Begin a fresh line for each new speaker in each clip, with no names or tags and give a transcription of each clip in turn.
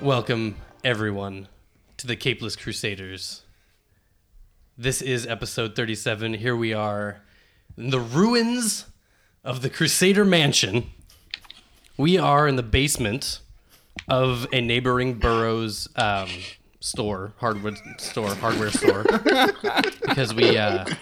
Welcome, everyone, to the Capeless Crusaders. This is episode 37. Here we are in the ruins of the Crusader Mansion. We are in the basement of a neighboring borough's um, store, hardwood store, hardware store, because we. Uh,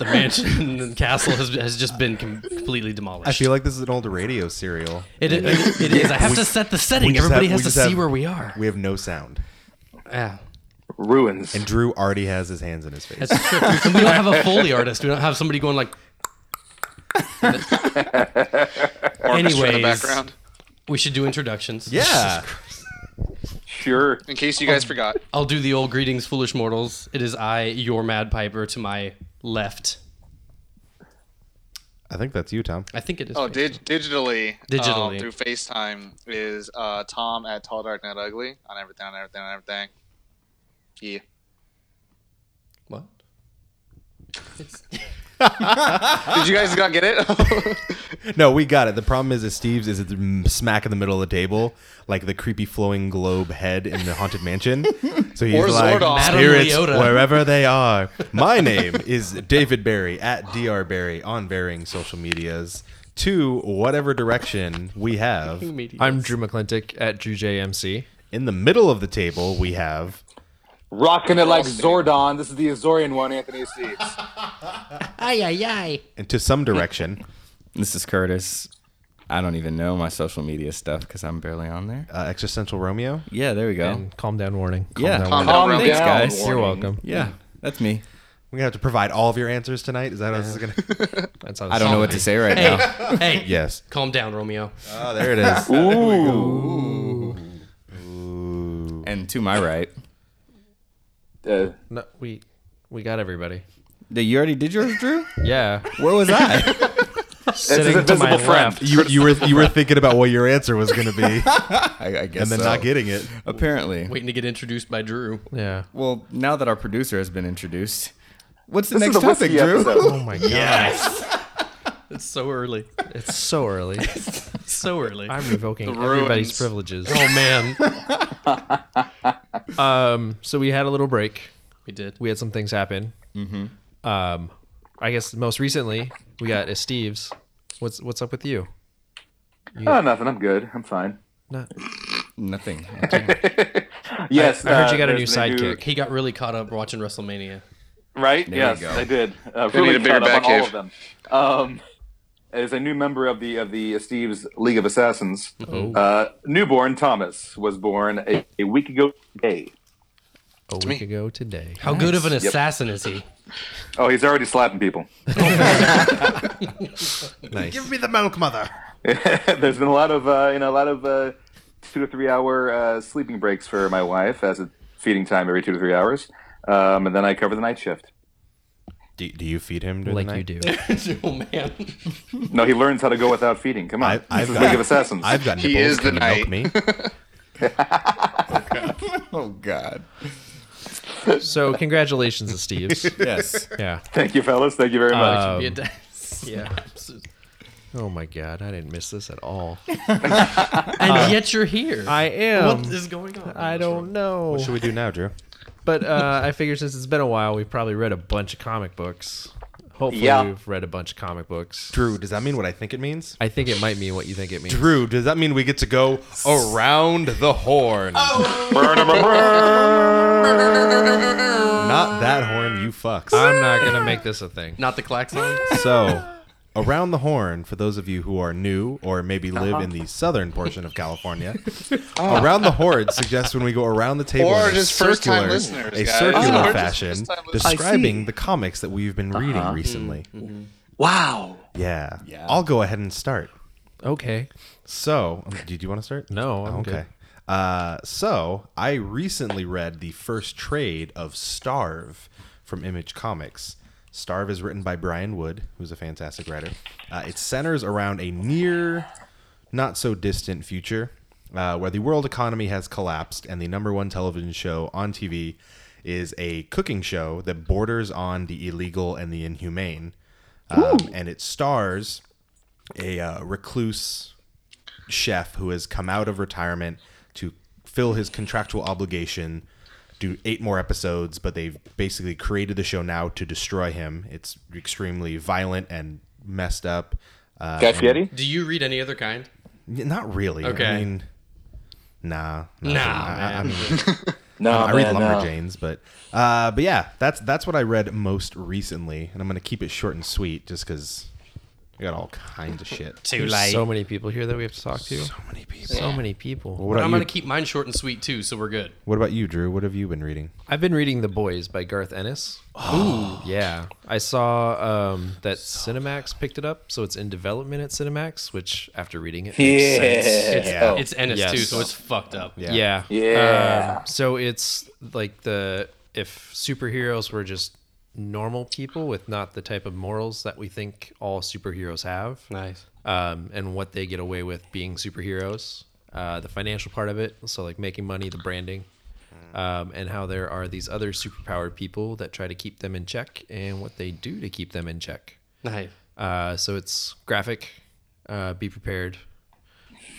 The mansion and castle has, has just been com- completely demolished.
I feel like this is an old radio serial.
It, it, it is. I have to set the setting. Everybody has to see where we are.
We have no sound.
yeah.
ruins.
And Drew already has his hands in his face.
That's true. And we don't have a Foley artist. We don't have somebody going like,
orchestra in the
Anyways.
background
we should do introductions.
yeah.
sure.
in case you guys forgot
I'll do the old greetings, foolish mortals. It is I, your Mad Piper, to my left.
I think that's you, Tom.
I think it is.
oh
Facebook.
dig- digitally um,
Digitally.
through facetime is uh, tom at tall dark not ugly on everything on everything on everything yeah
What? It's,
did you guys not get it
No, we got it. The problem is, is Steve's is it's mm, smack in the middle of the table, like the creepy flowing globe head in the haunted mansion. So he's
Or
like,
Zordon. Madame
spirits
Leota."
wherever they are. My name is David Barry at Dr Barry on varying social medias to whatever direction we have.
I'm Drew McClintock at DrewJMC.
In the middle of the table, we have
Rocking it like Zordon. This is the Azorian one, Anthony Steves.
ay ay ay.
and to some direction.
This is Curtis. I don't even know my social media stuff because I'm barely on there.
uh, Existential Romeo.
Yeah, there we go.
And Um, calm down warning. Calm
yeah,
down
Calm
warning.
down,
Calm
Roman.
down.
guys.
warning.
You're welcome.
Yeah, that's me.
We're gonna have to provide all of your answers tonight. Is that how this is gonna?
That's how
I don't know what to say right now.
Hey,
yes.
calm down, Romeo.
Oh, there it is.
And to my right,
Uh,
No, we we got everybody.
the, you already did yours, Drew.
Yeah.
Where was I?
Sitting to
invisible
my
friend.
left.
You, you were you were thinking about what your answer was gonna be, and
I, I guess.
then
so.
not getting it.
Apparently.
Waiting to get introduced by Drew.
Yeah.
Well, now that our producer has been introduced, what's the
this
next
is the
topic,
whiskey
Drew?
episode.
Oh my god.
It's so early.
It's so early.
It's so early.
I'm revoking
ruins.
everybody's privileges.
oh man.
Um so we had a little break.
We did.
We had some things happen. Mm-hmm. Um I guess most recently we got a Steve's. What's what's up with you?
Oh, nothing. I'm good. I'm fine.
Not
Nothing.
Yes.
I heard you got
uh,
a new
there's the
sidekick.
he got really caught up watching WrestleMania.
right?
There you
yes,
go.
I did. Uh,
They need a
really
bigger
caught up
back
on all
cave.
of them. Um, as a new member of the of the Steves League of Assassins,
Oh.
uh, newborn Thomas was born a, a week ago today.
a week ago today.
How good of an assassin is he?
Oh, he's already slapping people.
Nice. Give me the milk, mother.
There's been a lot of uh, you know a lot of uh, two to three hour uh, sleeping breaks for my wife as a feeding time every two to three hours, um, and then I cover the night shift.
Do, do you feed him? during the night?
Like you do.
oh man.
No, he learns how to go without feeding. Come on,
I, I've
this is
got,
League of Assassins.
I've got
He
nipples.
is the
Can you milk me?
oh God.
So congratulations to Steve's.
Yes.
Yeah.
Thank you, fellas. Thank you very much.
Uh,
Um,
yeah.
Oh my god, I didn't miss this at all.
And yet you're here.
I am.
what is going on?
I don't know.
What should we do now, Drew?
But uh, I figure since it's been a while, we've probably read a bunch of comic books. Hopefully,
Yeah.
we've read a bunch of comic books.
Drew, does that mean what I think it means?
I think it might mean what you think it means.
Drew, does that mean we get to go around the horn? Not that horn, you fucks.
I'm not gonna make this a thing.
Not the klaxon.
So, around the horn, for those of you who are new or maybe live in
Uh-huh.
the southern portion of California, around the horn suggests when we go around the table
Oh. Or
in a
just first-time
circular-
listeners,
a
guys.
circular
Or just
fashion,
first-time listeners. Uh-huh. Mm-hmm.
describing the comics that we've been reading recently.
Wow.
Yeah. I'll go ahead and start.
Okay.
So, did you want to start?
No, I'm
okay. Uh, so, I recently read the first trade of Starve from Image Comics. Starve is written by Brian Wood, who's a fantastic writer. Uh, it centers around a near, not so distant future uh, where the world economy has collapsed and the number one television show on TV is a cooking show that borders on the illegal and the inhumane. Um, and it stars a uh, recluse chef who has come out of retirement to fill his contractual obligation, do eight more episodes, but they've basically created the show now to destroy him. It's extremely violent and messed up. Uh,
Guy Fieri?
Do you read any other kind?
n- not really. I
Okay.
mean, nah.
Nah,
I- I
man.
mean,
No,
I read
man, no.
Lumberjanes, but uh, but yeah, that's that's what I read most recently, and I'm gonna keep it short and sweet, just because I got all kinds of shit.
Too
There's so many people here that we have to talk to. So
many people.
So many people.
What
But
about
I'm
you?
gonna keep mine short and sweet too, so we're good.
What about you, Drew? What have you been reading?
I've been reading The Boys by Garth Ennis. Oh, yeah. I saw um, that Cinemax picked it up, so it's in development at Cinemax. Which, after reading it, makes sense.
Yeah. Oh.
It's Ennis
Yes.
too, so it's fucked up.
Yeah.
Yeah.
Yeah.
Um, so it's like the if superheroes were just normal people with not the type of morals that we think all superheroes have,
Nice.
um, and what they get away with being superheroes, uh, the financial part of it, so like making money, the branding, um, and how there are these other superpowered people that try to keep them in check and what they do to keep them in check.
Nice.
Uh, so it's graphic. Uh, be prepared.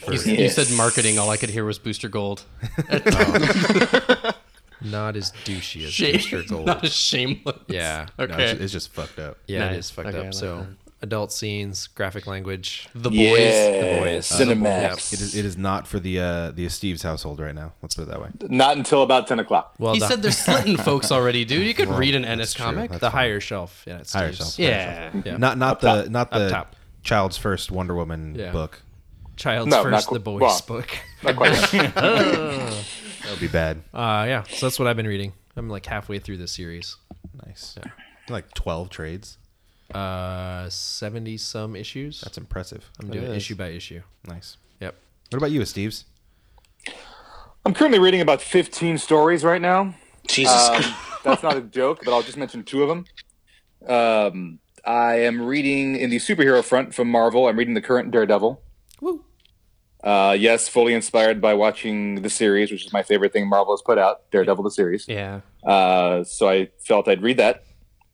You, s- you said marketing. All I could hear was Booster Gold.
Not as douchey as
Shame.
Mr. Gold.
Not as shameless.
Yeah.
Okay.
No, it's, it's just fucked up.
Yeah,
Nice.
it is fucked
Okay, I
up.
like
so adult scenes, graphic language.
the boys.
Yeah.
boys.
Cinemax.
It is, it is not for the uh, the Steve's household right now. Let's put it that way.
Not until about 10 o'clock.
Well,
He
the,
said they're slitting folks already, dude. You could read an Ennis comic.
the higher shelf. Yeah, it's
Higher
Steve's.
shelf.
Yeah.
Yeah.
Not not the not
Up
the
top.
child's first Wonder Woman
Yeah.
book.
Child's
No, not
first,
qu-
the boys
well.
book.
Not quite yet.
That would be bad.
Uh, yeah, so that's what I've been reading. I'm like halfway through this series.
Nice. Like twelve trades.
Uh, seventy some issues.
That's impressive.
I'm doing issue by issue.
Nice.
Yep.
What about you, Steve's?
I'm currently reading about 15 stories right now.
Jesus.
Um, that's not a joke, but I'll just mention two of them. Um, I am reading in the superhero front from Marvel. I'm reading the current Daredevil.
Woo.
Uh, yes, fully inspired by watching the series, which is my favorite thing Marvel has put out, Daredevil the series.
Yeah.
Uh, so I felt I'd read that.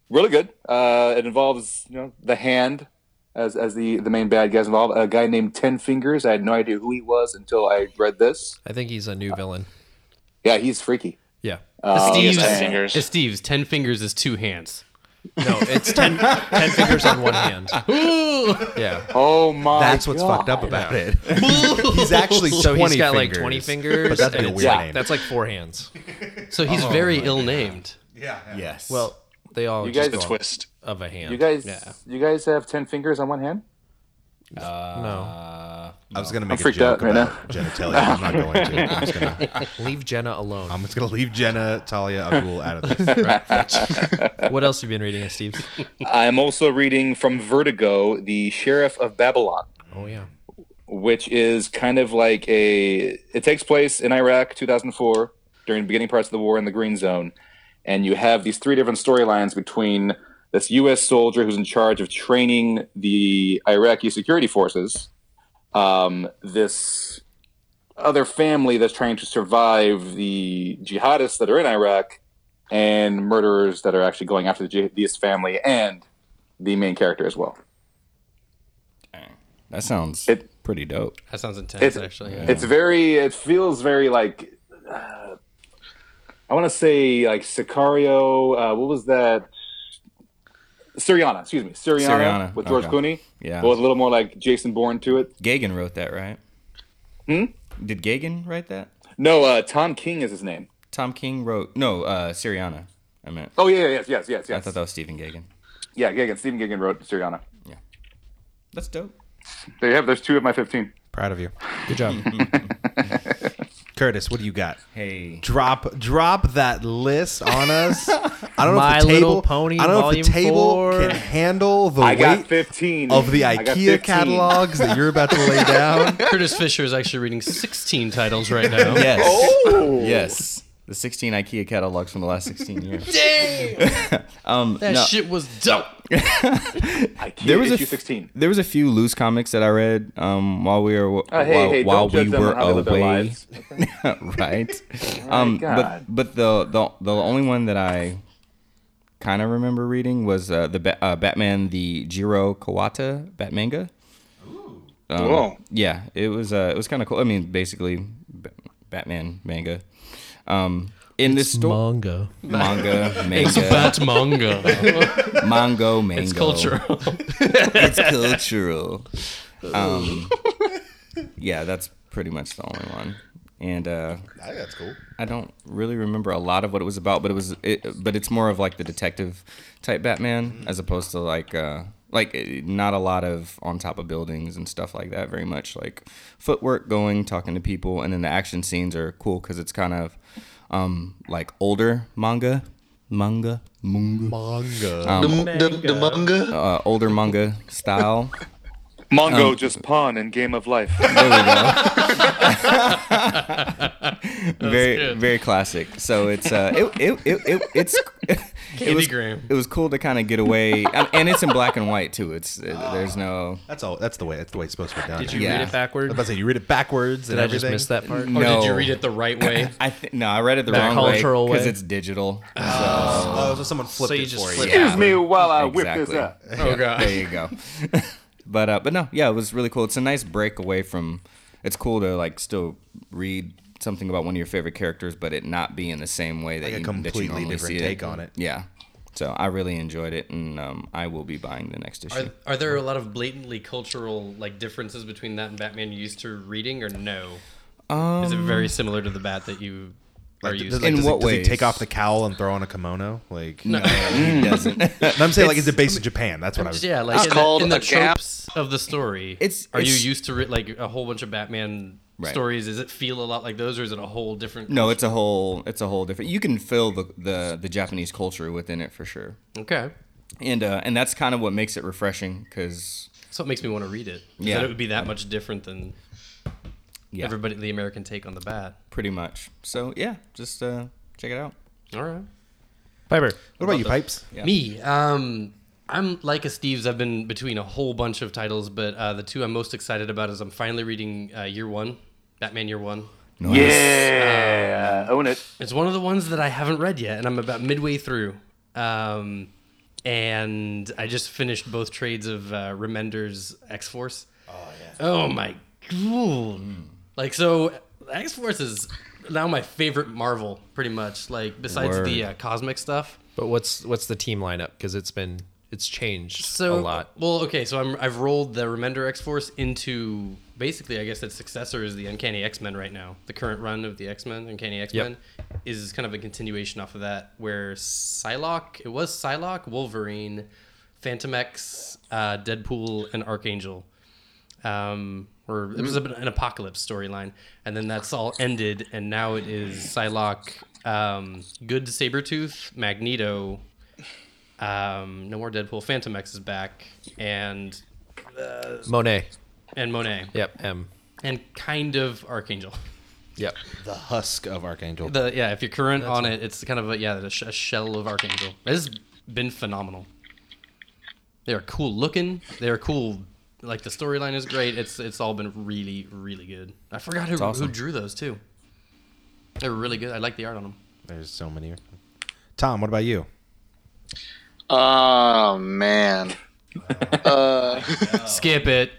Really good. Uh, it involves you know the hand as as the the main bad guys involved. A guy named Ten Fingers. I had no idea who he was until I read this.
I think he's a new villain.
Yeah, he's freaky.
Yeah.
Uh,
Steve's,
yes, I-
fingers.
it's Steve's ten fingers is two hands.
No, it's ten, ten fingers on one hand. Yeah.
oh my!
That's what's
God.
fucked up about it. he's actually
So
twenty
he's got like
fingers.
twenty fingers.
But that'd be
and
a
it's
weird
like-
name.
That's like four hands.
So he's very ill named.
Yes.
Well, they all
You
just
guys-
go
Twist.
of a hand.
You guys,
Yeah.
you guys have ten fingers on one hand.
no,
I was gonna make a
freaked
joke
out right
about genitalia. I'm not going to. I'm just gonna,
leave Jenna alone.
I'm just gonna leave Jenna Talia Abdul out of this.
what else have you been reading, Steve?
I'm also reading from Vertigo, the Sheriff of Babylon,
Oh yeah.
which is kind of like a. It takes place in Iraq, 2004, during the beginning parts of the war in the Green Zone, and you have these three different storylines between this U.S. soldier who's in charge of training the Iraqi security forces, um, this other family that's trying to survive the jihadists that are in Iraq, and murderers that are actually going after the jihadist family and the main character as well.
That sounds
It-
pretty dope.
That sounds intense,
It's-
actually. Yeah.
It's very. It feels very like. uh, I want to say like Sicario. Uh, what was that? Syriana. Excuse me, Syriana,
Syriana,
with George
okay.
Clooney.
Yeah.
But with a little more like Jason Bourne to it.
Gagan wrote that, right? Hmm? Did Gagan write that?
No, uh, Tom King is his name.
Tom King wrote no, uh Siriana, I meant.
Oh yeah, yeah, yes, yes, yes,
I
yes.
thought that was Stephen Gagan.
Yeah, Gigan. Stephen Gigan wrote Syriana.
That's dope.
There you have. There's two of my fifteen.
Proud of you,
Good job.
Curtis. What do you got?
Hey.
Drop drop that list on us. I don't know
My
if the
Little
table.
Pony
I don't know if the
Volume
table
Four.
can handle the
I got
weight
fifteen
of the
I got
IKEA
15.
catalogs that you're about to lay down.
Curtis Fisher is actually reading 16 titles right now.
Yes.
Oh.
Yes. The 16 IKEA catalogs from the last 16 years. Dang. um,
That
no,
shit was dope.
IKEA
there was a
issue
f-
sixteen.
There was a few loose comics that I read um, while we were
Uh, hey,
while,
hey,
while
don't judge
we
them on
were
how they live their
away.
lives.
right. um,
God.
but but the, the the only one that I kind of remember reading was uh, the ba- uh, Batman the Jiro Kawata Um, Batmanga.
Whoa.
Yeah, it was uh, it was kind of cool. I mean, basically, B- Batman manga. Um, in this story,
manga.
manga,
It's
manga,
bat manga.
mango, mango.
It's cultural.
It's cultural. Um, yeah, that's pretty much the only one. And uh,
I think that's cool.
I don't really remember a lot of what it was about, but it was, it, but it's more of like the detective type Batman
Mm-hmm.
as opposed to like, uh, like eh, not a lot of on top of buildings and stuff like that. Very much like footwork going, talking to people, and then the action scenes are cool because it's kind of um, like older manga, manga, manga,
Manga.
The, the, the manga.
uh, older manga style. Um,
Mongo just pawn in Game of Life.
There we go. very
good.
very classic. So it's uh it it, it, it it's it was,
Gram.
it was cool to kind of get away and, and it's in black and white too. It's uh, there's no
That's all. That's the way. That's the way it's supposed to be done.
Did you
Yeah.
read it backward?
I was about Mm. to say you read it backwards
Did
and
I just
everything.
miss that part?
Or
no.
did you read it the right way?
I th- no, I read it the
That
wrong way
cultural way?
because it's digital.
Oh, so someone flipped
So you
it
just
for
flipped
you.
Yeah.
Excuse me while
Uh,
I whip this
Exactly.
up.
Oh
There
god.
you go. but uh, but no, yeah, it was really cool. It's a nice break away from. It's cool to like still read something about one of your favorite characters, but it not be in the same way that
Like a
you that you
completely
normally
different
see
take on it.
Yeah. So I really enjoyed it, and um, I will be buying the next issue.
Are, are there a lot of blatantly cultural like differences between that and Batman you're used to reading, or no? Is it very similar to the bat that you are
Like,
used
does,
to?
like,
In
does
what
he, does he
ways?
take off the cowl and throw on a kimono? Like no.
he doesn't.
I'm saying, like, is it based in Japan? That's what I was.
Yeah, like
It's
in,
called
the, in the
a gap.
tropes of the story.
It's-
are
it's-
you used to re- like a whole bunch of Batman
Right.
stories? Does it feel a lot like those, or is it a whole different?
no, it's a whole. It's a whole different. You can feel the the, the Japanese culture within it for sure,
Okay,
and uh, and that's kind of what makes it refreshing because
so it makes me want to read it. Yeah,
Yeah.
it would be that much different than
yeah,
everybody the American take on the bat.
pretty much. So yeah, just uh, check it out.
All right.
Fiber.
What about you, pipes?
Yeah.
Me, um, I'm like a Steve's. I've been between a whole bunch of titles, but uh, the two I'm most excited about is I'm finally reading uh, Year One, Batman Year One.
Yeah, own it.
It's one of the ones that I haven't read yet, and I'm about midway through. Um, and I just finished both trades of uh, Remender's X Force. Oh yeah. Hmm. Oh my god! Like so, X Force is now my favorite Marvel, pretty much. Like besides the uh, cosmic stuff.
But what's what's the team lineup? Because it's been it's changed
so
a lot.
Well, okay, so I'm, I've rolled the Remender X Force into basically, I guess its successor is the Uncanny X Men right now. The current run of the X Men, Uncanny X Men, is kind of a continuation off of that, where Psylocke, it was Psylocke, Wolverine, Phantom X, uh, Deadpool, and Archangel. Um, or it was a bit- an apocalypse storyline, and then that's all ended, and now it is Psylocke, um, Good Sabretooth, Magneto, um, no more Deadpool. Phantom X is back, and
Monet.
and Monet,
Yep. M.
and kind of Archangel.
Yep.
The husk of Archangel.
The yeah, if you're current on it, it's kind of a yeah, a, sh- a shell of Archangel. It's been phenomenal. They are cool looking. They are cool. Like the storyline is great. It's it's all been really really good. I forgot who,
awesome.
who drew those too. They were really good. I like the art on them.
There's so many. Tom, what about you?
Oh man. uh,
Skip it.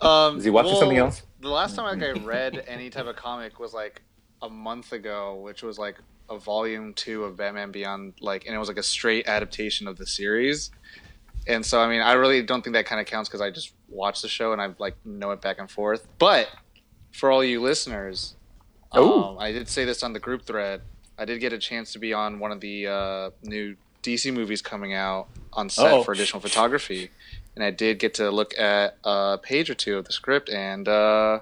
um,
Is he watching
well,
something else?
The last time like, I read any type of comic was like a month ago, which was like a volume two of Batman Beyond, like, and it was like a straight adaptation of the series. And so, I mean, I really don't think that kind of counts because I just watched the show and I like know it back and forth. But for all you listeners,
Oh.
um, I did say this on the group thread. I did get a chance to be on one of the uh, new DC movies coming out on set
Uh-oh.
for additional photography, and I did get to look at a page or two of the script, and uh,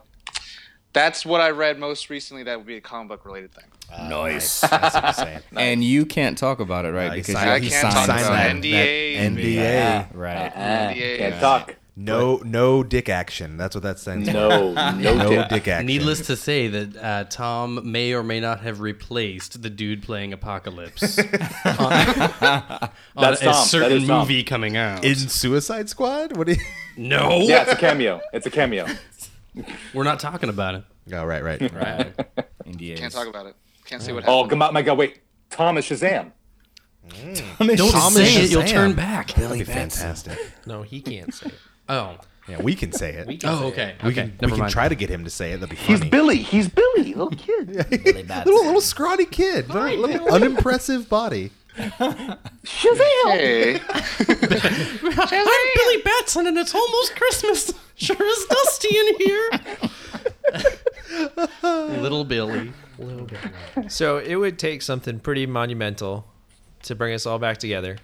that's what I read most recently. That would be a comic book related thing.
Nice.
That's what I'm saying.
And you can't talk about it, right?
Uh, he
because
signed-
I
you
can't talk
signed
about
that-
it.
it. NDA.
that NDA.
Yeah, right.
Uh,
Yeah.
can't talk.
No, no dick action. That's what that stands for.
No, no,
No
dick.
dick action.
Needless to say that uh, Tom may or may not have replaced the dude playing Apocalypse on, on
That's
a
Tom. That
certain
is Tom.
movie coming out.
in Suicide Squad. What do you?
no,
Yeah, it's a cameo. It's a cameo.
we're not talking about it.
Oh, right, right.
Right. NDAs.
Can't talk about it. Can't say what happened.
Oh, come on, my God, wait. Thomas Shazam.
Don't
Tom
say
is
it; you'll
Shazam.
turn back.
That'd be fantastic.
No, he can't say it.
Oh,
Yeah, we can say it. we can,
Oh, okay.
we
okay.
can,
never mind.
try to get him to say it. That'd be funny.
He's Billy. He's Billy, little kid.
little little scrawny kid, little, little unimpressive body.
Shazam!
Hey,
I'm Billy Batson, and it's almost Christmas. Sure is dusty in here. Little Billy.
So it would take something pretty monumental to bring us all back together.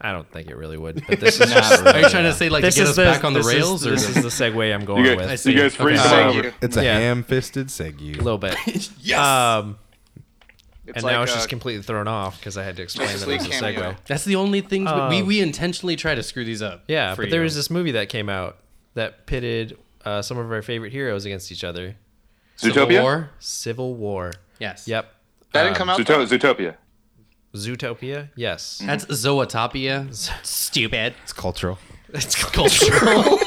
I don't think it really would, but this is just
Are you trying to say like
this
get
is
us
the,
back on the
this is-
rails, or
this is the segue I'm going
You
with.
I
guys,
see.
you guys
Okay.
freeze
Uh,
frame.
thank you.
It's a
Yeah.
ham-fisted segue.
a little bit.
yes.
Um,
It's
and
like
now it's
uh,
just completely thrown off because I had to explain
Justice
that it was a
League cameo.
segue.
That's the only things
Um,
we, we intentionally try to screw these up.
Yeah,
for
but there
you.
was this movie that came out that pitted uh, some of our favorite heroes against each other.
Civil
Zootopia?
War.
Civil War.
Yes.
Yep.
that didn't come out.
Zooto- Zootopia.
Zootopia. Yes.
That's Zootopia. Stupid.
It's cultural.
It's cultural.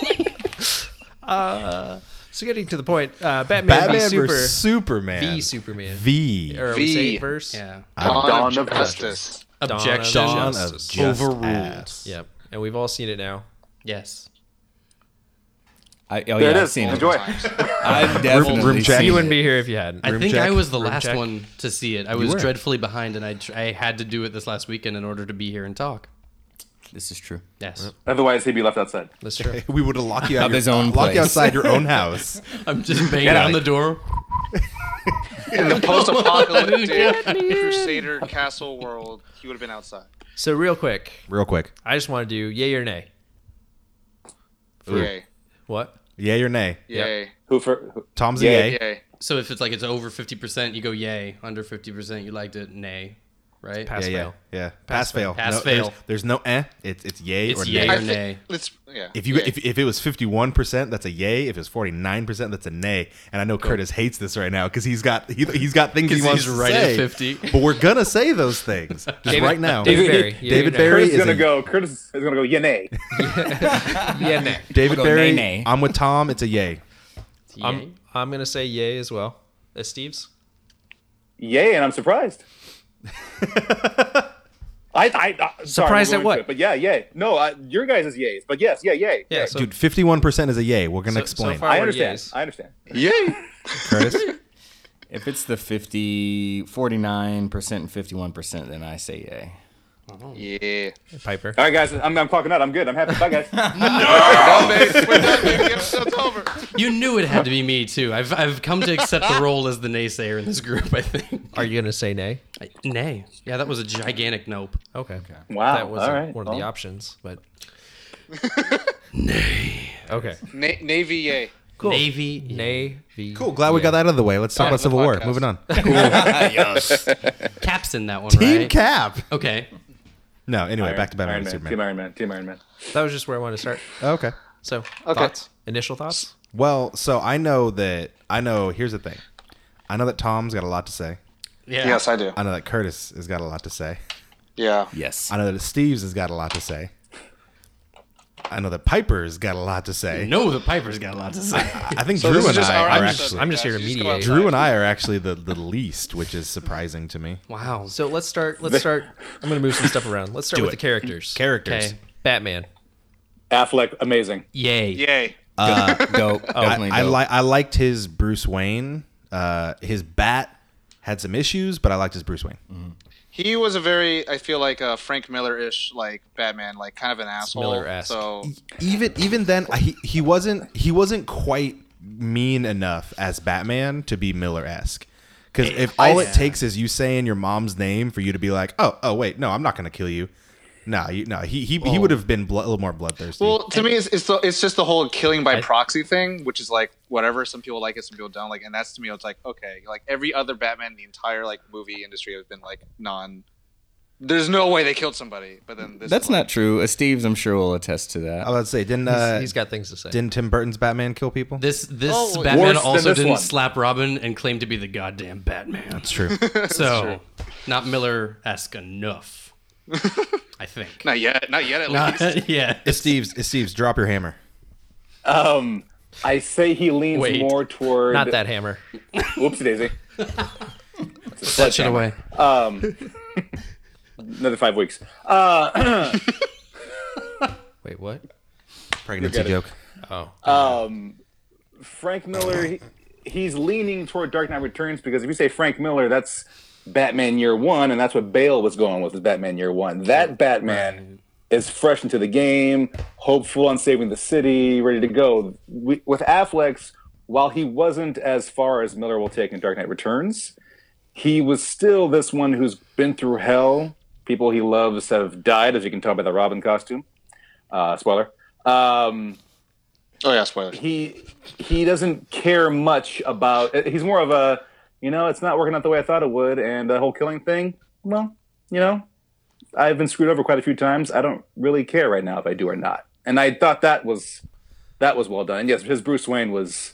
So getting to the point, uh, Batman,
Batman
v Super,
versus Superman.
v Er, Superman,
V.
or
V.
say verse.
yeah.
Dawn,
Dawn
of
of
Justice.
Objection.
Dawn
Dawn
of
of
Justice.
Just
Overruled.
Ass.
Yep. And we've all seen it now.
Yes.
I, oh
There
yeah,
it
I've
is.
seen it.
Enjoy.
I've definitely
room check.
seen
You wouldn't
it.
be here if you hadn't.
I think
check,
I was the
room
last
check.
one to see it. I was
were.
dreadfully behind, and I tr- I had to do it this last weekend in order to be here and talk.
This is true.
Yes.
Otherwise, he'd be left outside.
That's true.
We would have locked you out
Of
your-
his own
locked you
place.
outside your own house.
I'm just banging
Get out.
on the door.
In the post-apocalyptic Crusader Castle world, he would have been outside.
So real quick,
Real quick,
I just want to do yay or nay.
Yay!
What?
yay or nay?
Yay!
Who for? Who,
Tom's a
Yeah,
yay.
Yay!
So if it's like it's over 50%, you go yay. Under 50%, you liked it, nay. Right?
Pass
Yeah, yeah,
fail.
yeah. Pass fail.
Pass,
No,
fail.
There's, there's no eh. It's it's yay
It's
or
yay
nay.
or
I thi-
nay.
Let's yeah.
If you
Yay.
if, if it was fifty one percent, that's a yay. If it's forty nine percent, that's a nay. And I know Curtis hates this right now because he's got he, he's got things he
'Cause
wants
he's
to
right at
say.
50.
But we're gonna say those things just right now.
David Barry. Yay or
David
nay?
Barry
Curtis is
is
gonna
a-
go. Curtis is gonna go. Yeah, nay.
Yeah, nay.
David
I'll go
Barry.
nay, nay.
I'm with Tom. It's a yay.
It's yay.
I'm I'm gonna say yay as well. Uh, Steve's.
Yay, and I'm surprised. I, I, I
Surprised
sorry,
at
we're going
what?
to it, but yeah, yay. No, uh, your guys is yays, but yes, yeah, yay.
Yeah.
yay.
so,
Dude, fifty one percent is a yay. We're gonna
so,
explain.
So far
I
we're
understand.
yays.
I understand.
Yay!
Curtis.
If it's the 50, 49% and 51%, then I say yay.
Yeah.
Piper.
All right, guys, I'm, I'm clocking out. I'm good. I'm happy. Bye, guys.
Done, babe. We're done, baby. The episode's over.
you knew it had to be me, too. I've, I've come to accept the role as the naysayer in this group, I think.
Are you gonna say nay?
I- nay. Yeah, that was a gigantic nope.
Okay.
Wow.
That was
All
a-
right.
one of the
well.
options, but. nay. Okay.
Na- Navy yay.
Cool.
Navy.
Nay. V.
Cool. Glad we got that out of the way. Let's talk
Back
about
to the
Civil War.
podcast.
Moving on.
Caps in that one,
Team
right?
Cap.
okay.
No. Anyway, back to Batman
Iron
and
Man,
Superman.
Team Iron Man. Team Iron Man.
That was just where I wanted to start.
Okay.
So thoughts. Initial thoughts.
Well, so I know that I know. Here's the thing. I know that Tom's got a lot to say.
Yeah.
Yes, I do.
I know that Curtis has got a lot to say.
Yeah.
Yes.
I know that Steve's has got a lot to say. I know that Piper's got a lot to say.
No, the Piper's got a lot to say.
I think
So
Drew
this
and
is just
I
our
are
episode,
actually
I'm just here to
guys. You
mediate.
just go
Drew
outside.
and I are actually the, the least, which is surprising to me.
Wow.
So let's start. Let's start. I'm gonna move some stuff around. Let's start with
it.
the characters.
Characters.
Okay.
Batman.
Affleck, amazing.
Yay.
Yay.
Uh, dope. Definitely
I, I
dope.
like I liked his Bruce Wayne. Uh, his bat had some issues, but I liked his Bruce Wayne.
He was a very, I feel like a Frank Miller-ish like Batman, like kind of an asshole.
Miller-esque.
So
even even then I- he, he wasn't he wasn't quite mean enough as Batman to be Miller esque. Because if all it takes is you saying your mom's name for you to be like, oh oh wait no I'm not gonna kill you, no you, no he he, he would have been blo- a little more bloodthirsty.
Well, to me, it's it's, the, it's just the whole killing by proxy thing, which is like whatever. Some people like it, some people don't like, it. and that's to me, it's like okay, like every other Batman, in the entire like movie industry has been like non. There's no way they killed somebody, but then this
That's not true. Uh, Steve's, I'm sure, will attest to that.
I was about to say didn't uh,
He's got things to say.
didn't Tim Burton's Batman kill people?
This this
Oh, well,
Batman
worse than
also
this
didn't
one.
slap Robin and claim to be the goddamn Batman.
That's true.
So not Miller esque enough. I think.
not yet, not yet. At least
yeah.
If Steve's if Steve's drop your hammer.
Um, I say he leans
Wait.
more toward.
Not that hammer.
Whoopsie daisy.
That shit away.
Um, Another five weeks. Uh,
Wait, what?
Pregnancy
You get it.
joke.
Oh,
Um, Frank Miller, he, he's leaning toward Dark Knight Returns because if you say Frank Miller, that's Batman Year One, and that's what Bale was going with is Batman Year One. That Batman is fresh into the game, hopeful on saving the city, ready to go. We, with Affleck's, while he wasn't as far as Miller will take in Dark Knight Returns, he was still this one who's been through hell. People he loves have died, as you can tell by the Robin costume. Uh, spoiler. Um,
Oh yeah, spoilers.
he he doesn't care much about. He's more of a, you know, it's not working out the way I thought it would, and the whole killing thing. Well, you know, I've been screwed over quite a few times. I don't really care right now if I do or not. And I thought that was that was well done. Yes, his Bruce Wayne was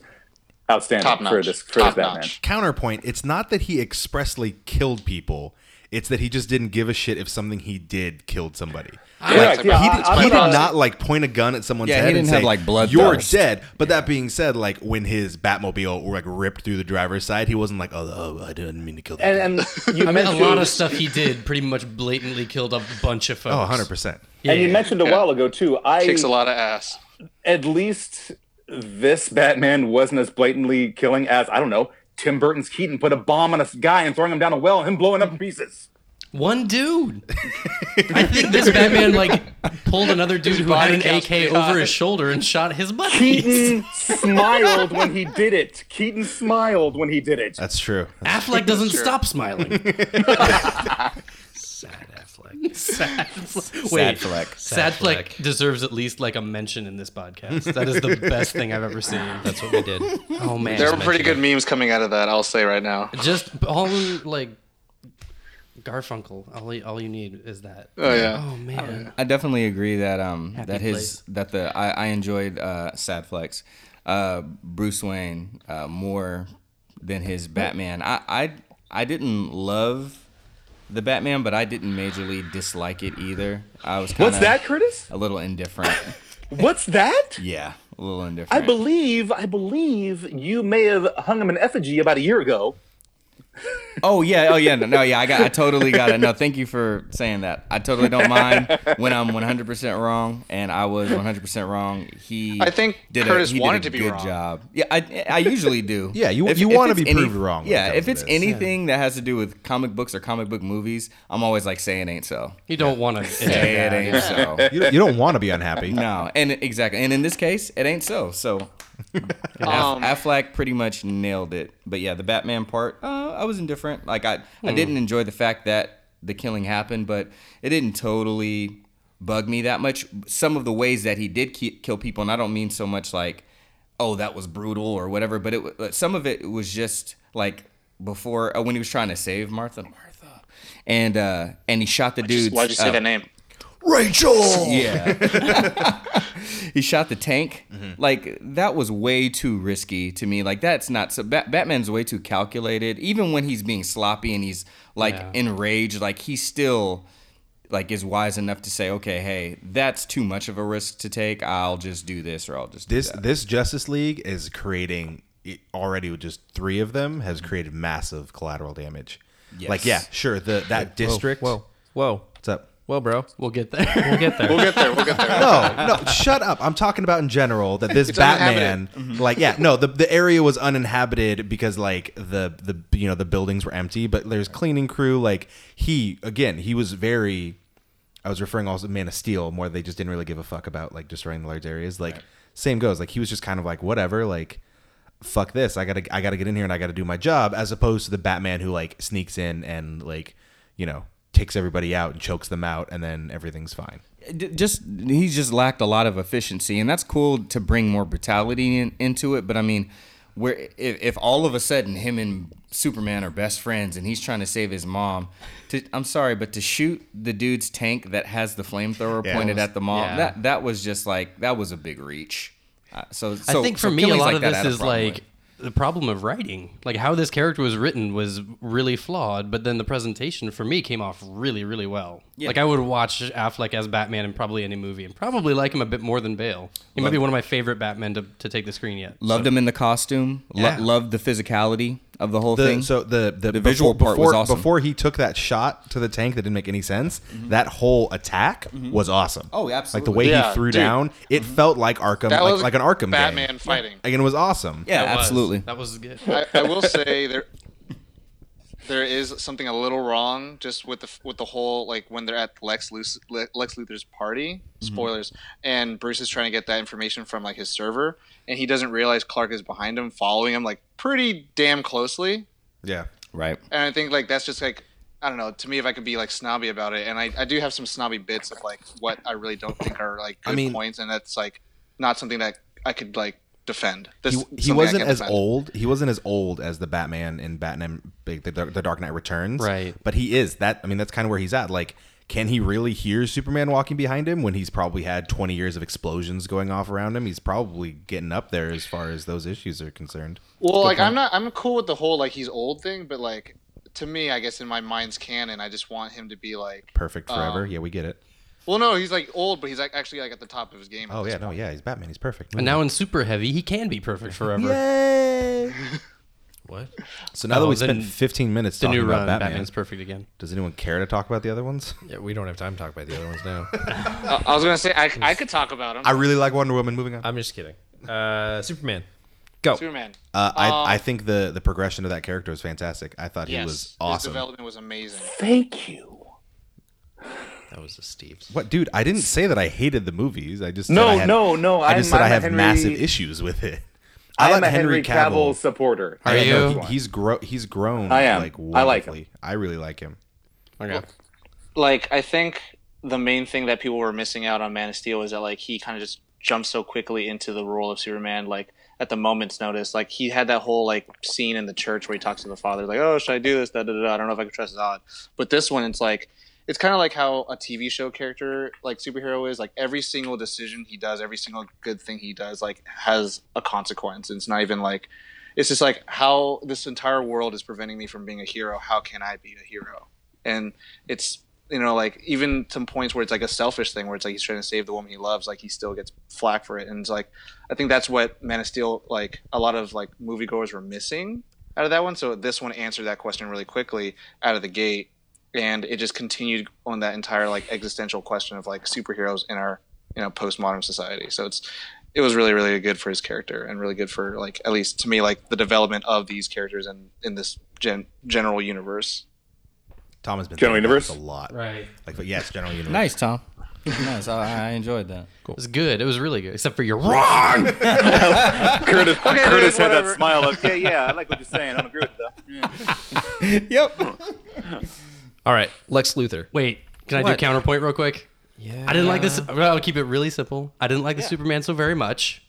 outstanding
Top
for
notch.
this for this
Top
Batman.
notch.
Counterpoint, it's not that he expressly killed people. It's that he just didn't give a shit if something he did killed somebody.
Correct, yeah, uh,
he
I-
did,
I
he did
thought-
not like point a gun at someone's
Yeah, he
head and
didn't
say,
have, like, blood
"You're
thirst."
dead." But that being said, like when his Batmobile like ripped through the driver's side, he wasn't like, "Oh, oh I didn't mean to kill that." guy."
And, and you
I mean, a
mentioned
lot of stuff he did pretty much blatantly killed a bunch of folks.
oh, 100 percent.
Yeah.
and you mentioned a while ago too. I
Kicks a lot of ass.
at least this Batman wasn't as blatantly killing as I don't know Tim Burton's Keaton put a bomb on a guy and throwing him down a well and him blowing up in pieces.
One dude. I think this Batman like pulled another dude who had
body
an
count's
AK
pretty
over
high.
his shoulder and shot his buddies.
Keaton smiled when he did it. Keaton smiled when he did it.
That's true.
Affleck doesn't stop smiling.
sad Affleck.
Sad. Fleck.
Sad
Wait,
Fleck.
Sad Fleck
Fleck.
deserves at least like a mention in this podcast. That is the best thing I've ever seen.
That's what we did.
Oh man,
There
just
were pretty
mention
good memes coming out of that. I'll say right now.
it. Just all like Garfunkel. All you, all you need is that.
Oh yeah.
Oh man,
I definitely agree that um that his
place.
that the I, I enjoyed uh Sad Flex, uh Bruce Wayne uh more than his Batman. I I I didn't love the Batman, but I didn't majorly dislike it either. I was kind
What's that, Curtis?
A little indifferent.
What's that?
yeah, a little
I
indifferent.
believe, I believe you may have hung him in effigy about a year ago.
Oh yeah, oh yeah, no, no, yeah. I got, I totally got it. No, thank you for saying that. I totally don't mind when I'm 100 percent wrong, and I was 100 percent wrong. He,
I think
did a-
Curtis
he did a,
wanted to be
good
wrong.
Job. Yeah, I, I usually do.
Yeah, you- you wanna
it's
be proved wrong when it
Yeah,
comes
if
to
it's
this.
anything that has to do with comic books or comic book movies, I'm always like saying ain't so.
you don't want to.
Hey, it ain't so.
You don't, you don't want to be unhappy.
No, and exactly, and in this case, it ain't so. So.
Um,
Aff- Affleck pretty much nailed it. But yeah, the Batman part, uh, I was indifferent. Like I, I didn't enjoy the fact that the killing happened, but it didn't totally bug me that much. Some of the ways that he did ki- kill people, and I don't mean so much like, oh, that was brutal or whatever. But it, wa- but some of it was just like before uh, when he was trying to save Martha, Martha, and uh, and he shot the uh, dude.
Why'd you
uh,
say that name?
Rachel.
Yeah. he shot the tank. Like that was way too risky to me. Like that's not so Bat- Batman's way too calculated. Even when he's being sloppy and he's like enraged, like he still like is wise enough to say, "Okay, hey, that's too much of a risk to take. I'll just do this or I'll just do
This
that."
this Justice League is creating it already with just three of them has created massive collateral damage. Like yeah, sure. The that district.
Whoa, whoa,
What's up?
well, bro.
We'll get there.
We'll get there.
We'll get there. We'll get there.
No, no, shut up. I'm talking about in general that this Batman,
uninhabited.
like, yeah, no, the, the area was uninhabited because like the the you know the buildings were empty, but there's cleaning crew. Like he again, he was very. I was referring also to Man of Steel more. They just didn't really give a fuck about like destroying large areas. Like same goes. Like he was just kind of like whatever. Like fuck this. I gotta I gotta get in here and I gotta do my job. As opposed to the Batman who like sneaks in and like you know takes everybody out and chokes them out and then everything's fine.
D- just he just lacked a lot of efficiency, and that's cool to bring more brutality in, into it. But I mean, where if, if all of a sudden him and Superman are best friends, and he's trying to save his mom, to, I'm sorry, but to shoot the dude's tank that has the flamethrower
Yeah.
pointed at the mom,
Yeah.
that that was just like that was a big reach. Uh, so, so
I think for
so
me, a
killings
lot
like
of
that
this
I had a
is
problem with.
like the problem of writing. Like how this character was written was really flawed, but then the presentation for me came off really, really well. Like I would watch Affleck as Batman in probably any movie and probably like him a bit more than Bale. He might be one of my favorite Batmen to, to take the screen yet.
Loved him in the costume. Lo-
Yeah.
loved the physicality. of the whole
the,
thing.
So the the,
The visual
before,
part was
before-
awesome. Mm-hmm.
Before he took that shot to the tank that didn't make any sense, that whole attack was awesome.
Oh,
Like the
absolutely. Mm-hmm.
way
Yeah,
he threw
dude.
down, it felt like Arkham,
That
like,
was
like an Arkham game.
Batman fighting.
Like, and it was awesome.
yeah,
That was-
absolutely.
That was good.
I, I will say there there is something a little wrong just with the with the whole like when they're at Lex Luth's, Le- Lex Luthor's party
Mm-hmm.
spoilers and Bruce is trying to get that information from like his server and he doesn't realize Clark is behind him following him like pretty damn closely
Yeah.
Right.
and I think like that's just like I don't know. To me, if I could be like snobby about it, and I, I do have some snobby bits of like what I really don't think are like good
mean-
points, and that's like not something that I could like defend. This,
He,
something
he
I
wasn't
can't
as
defend.
old. He wasn't as old as the Batman in Batman the, the, the Dark Knight Returns.
Right.
But he is that. I mean, that's kind of where he's at. Like, can he really hear Superman walking behind him when he's probably had 20 years of explosions going off around him? He's probably getting up there as far as those issues are concerned.
Well, like I'm not I'm cool with the whole like he's old thing, but like to me, I guess in my mind's canon, I just want him to be like.
Perfect forever. yeah, we get it.
Well, no, he's like old, but he's like actually like at the top of his game.
Oh yeah, no, yeah, he's Batman. He's perfect.
And now in Super Heavy, he can be perfect forever.
Yay!
What?
So now that
Oh,
we
then
spent 15 minutes
The
talking
new
about
run,
Batman,
Batman's perfect again.
does anyone care to talk about the other ones?
Yeah, we don't have time to talk about the other ones now.
I, was gonna say I, I could talk about him.
I really like Wonder Woman. Moving on, uh,
I'm just kidding. Uh, Superman. Go.
Superman.
Uh, I, I think the the progression of that character was fantastic. I thought he
yes,
was
His
awesome.
development was amazing.
Thank you.
That was the Steve's.
What, dude? I didn't say that I hated the movies. I just said
No,
I had,
no, no,
I just
I'm-
said I
I'm a
have
Henry-
massive issues with it.
I am
thought
a Henry Cavill, supporter.
I
Are
know
you?
he- he's grow he's grown.
I am.
Like,
I like him.
wonderfully. I really like him.
Okay.
like I think the main thing that people were missing out on Man of Steel is that like he kind of just jumped so quickly into the role of Superman, like at the moment's notice. Like he had that whole like scene in the church where he talks to the father, like, "Oh, should I do this?" Da da da. da. I don't know if I can trust God. But this one, it's like it's kind of like how a TV show character like superhero is. Like every single decision he does, every single good thing he does, like has a consequence. It's not even like it's just like how this entire world is preventing me from being a hero. How can I be a hero? and it's you know like even some points where it's like a selfish thing where it's like he's trying to save the woman he loves like he still gets flack for it and it's like i think that's what man of steel like a lot of like moviegoers were missing out of that one so this one answered that question really quickly out of the gate and it just continued on that entire like existential question of like superheroes in our you know postmodern society so it's it was really really good for his character and really good for like at least to me like the development of these characters and in this gen- general universe
Tom has been
General
saying that
Universe?
a lot.
Right.
Like, but yes, General Universe.
Nice, Tom. nice. I, I enjoyed that.
It was good. It was really good, except for you're wrong.
Curtis, Curtis had that
whatever.
smile of
Yeah, yeah, I like what you're saying. I don't agree with it, though.
Yep.
All right, Lex Luthor.
Wait, can I
What?
do counterpoint real quick?
Yeah.
I didn't like this. Well, I'll keep it really simple. I didn't like the Superman so very much.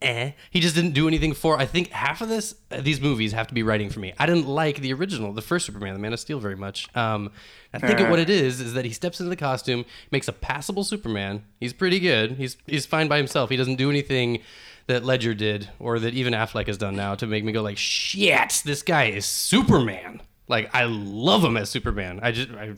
Eh. He just didn't do anything for. I think half of this, these movies have to be writing for me. I didn't like the original, the first Superman, the Man of Steel, very much. Um, I think what it is is that he steps into the costume, makes a passable Superman. He's pretty good. He's he's fine by himself. He doesn't do anything that Ledger did or that even Affleck has done now to make me go like, shit, this guy is Superman. Like I love him as Superman. I just I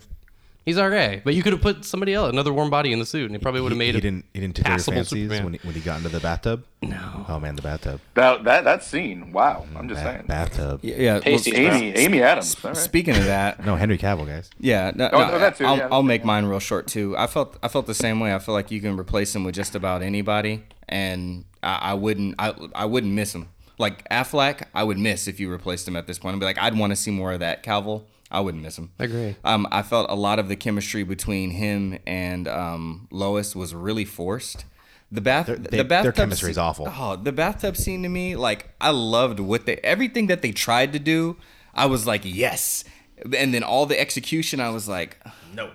He's okay, but you could have put somebody else, another warm body in the suit, and it probably would
He,
have made
he
it.
didn't he didn't tickle your
passable
fancies
Superman.
when he, when he got into the bathtub. No. Oh man, the bathtub.
that, that that scene. Wow, I'm just
Ba-
saying.
bathtub.
Yeah. well,
Tasty.
Amy Amy Adams. All right.
speaking of that,
No, Henry Cavill, guys.
Yeah, no,
Oh,
no,
no, that too,
I'll,
yeah, that
I'll
too,
make mine real short too. I felt I felt the same way. I feel like you can replace him with just about anybody, and I, I wouldn't I, I wouldn't miss him. Like Affleck, I would miss if you replaced him at this point. I'd be like, I'd want to see more of that. Cavill, I wouldn't miss him. I
agree.
Um, I felt a lot of the chemistry between him and um, Lois was really forced. The bath,
they-
the
their
bathtub
chemistry is
scene-
awful.
Oh, the bathtub scene to me, like I loved what they everything that they tried to do. I was like, yes, and then all the execution, I was like,
No.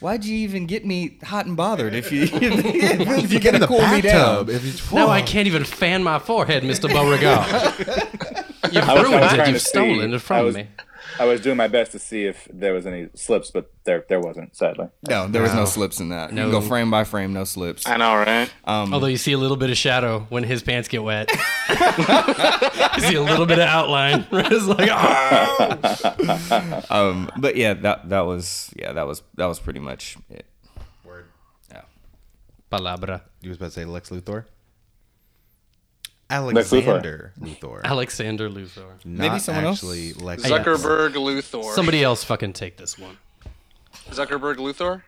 why'd you even get me hot and bothered if you if you're
Get in
gonna
the
cool me
bathtub.
down?
If it's,
Now I can't even fan my forehead, Mr. Beauregard. You've
I was- I was
ruined it.
trying
You've
to see-
stolen it
I
from
was-
me.
I was doing my best to see if there was any slips, but there there wasn't. Sadly,
No, there was no slips in that. You can go frame by frame, no slips.
know, right?
Although you see a little bit of shadow when his pants get wet. you see a little bit of outline. it's like, "Ah."
Um, but yeah, that that was yeah that was that was pretty much it.
Palabra.
You was about to say Lex Luthor. Alexander Luthor.
Alexander Luthor.
Not
Maybe someone else?
actually Lex Luthor.
Zuckerberg Luthor.
Somebody else fucking take this one.
Zuckerberg Luthor.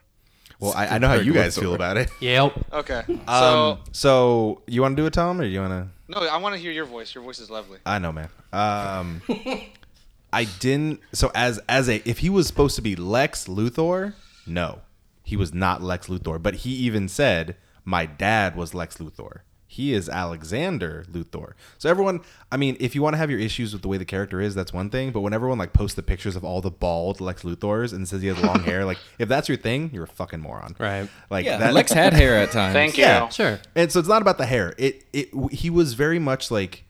Well, I, I know how you guys feel about it.
Yep.
Okay.
Um,
So
so you want to do it, Tom, or you want to?
no, I want to hear your voice. Your voice is lovely.
I know, man. Um, I didn't. So as as a, if he was supposed to be Lex Luthor, no, he was not Lex Luthor. But he even said, "My dad was Lex Luthor." He is Alexander Luthor. So everyone, I mean, if you want to have your issues with the way the character is, that's one thing. But when everyone like posts the pictures of all the bald Lex Luthors and says he has long hair, like if that's your thing, you're a fucking moron.
Right.
Like
Yeah,
that,
Lex had hair at times.
Thank you.
Yeah.
Sure.
and so it's not about the hair. It it he was very much like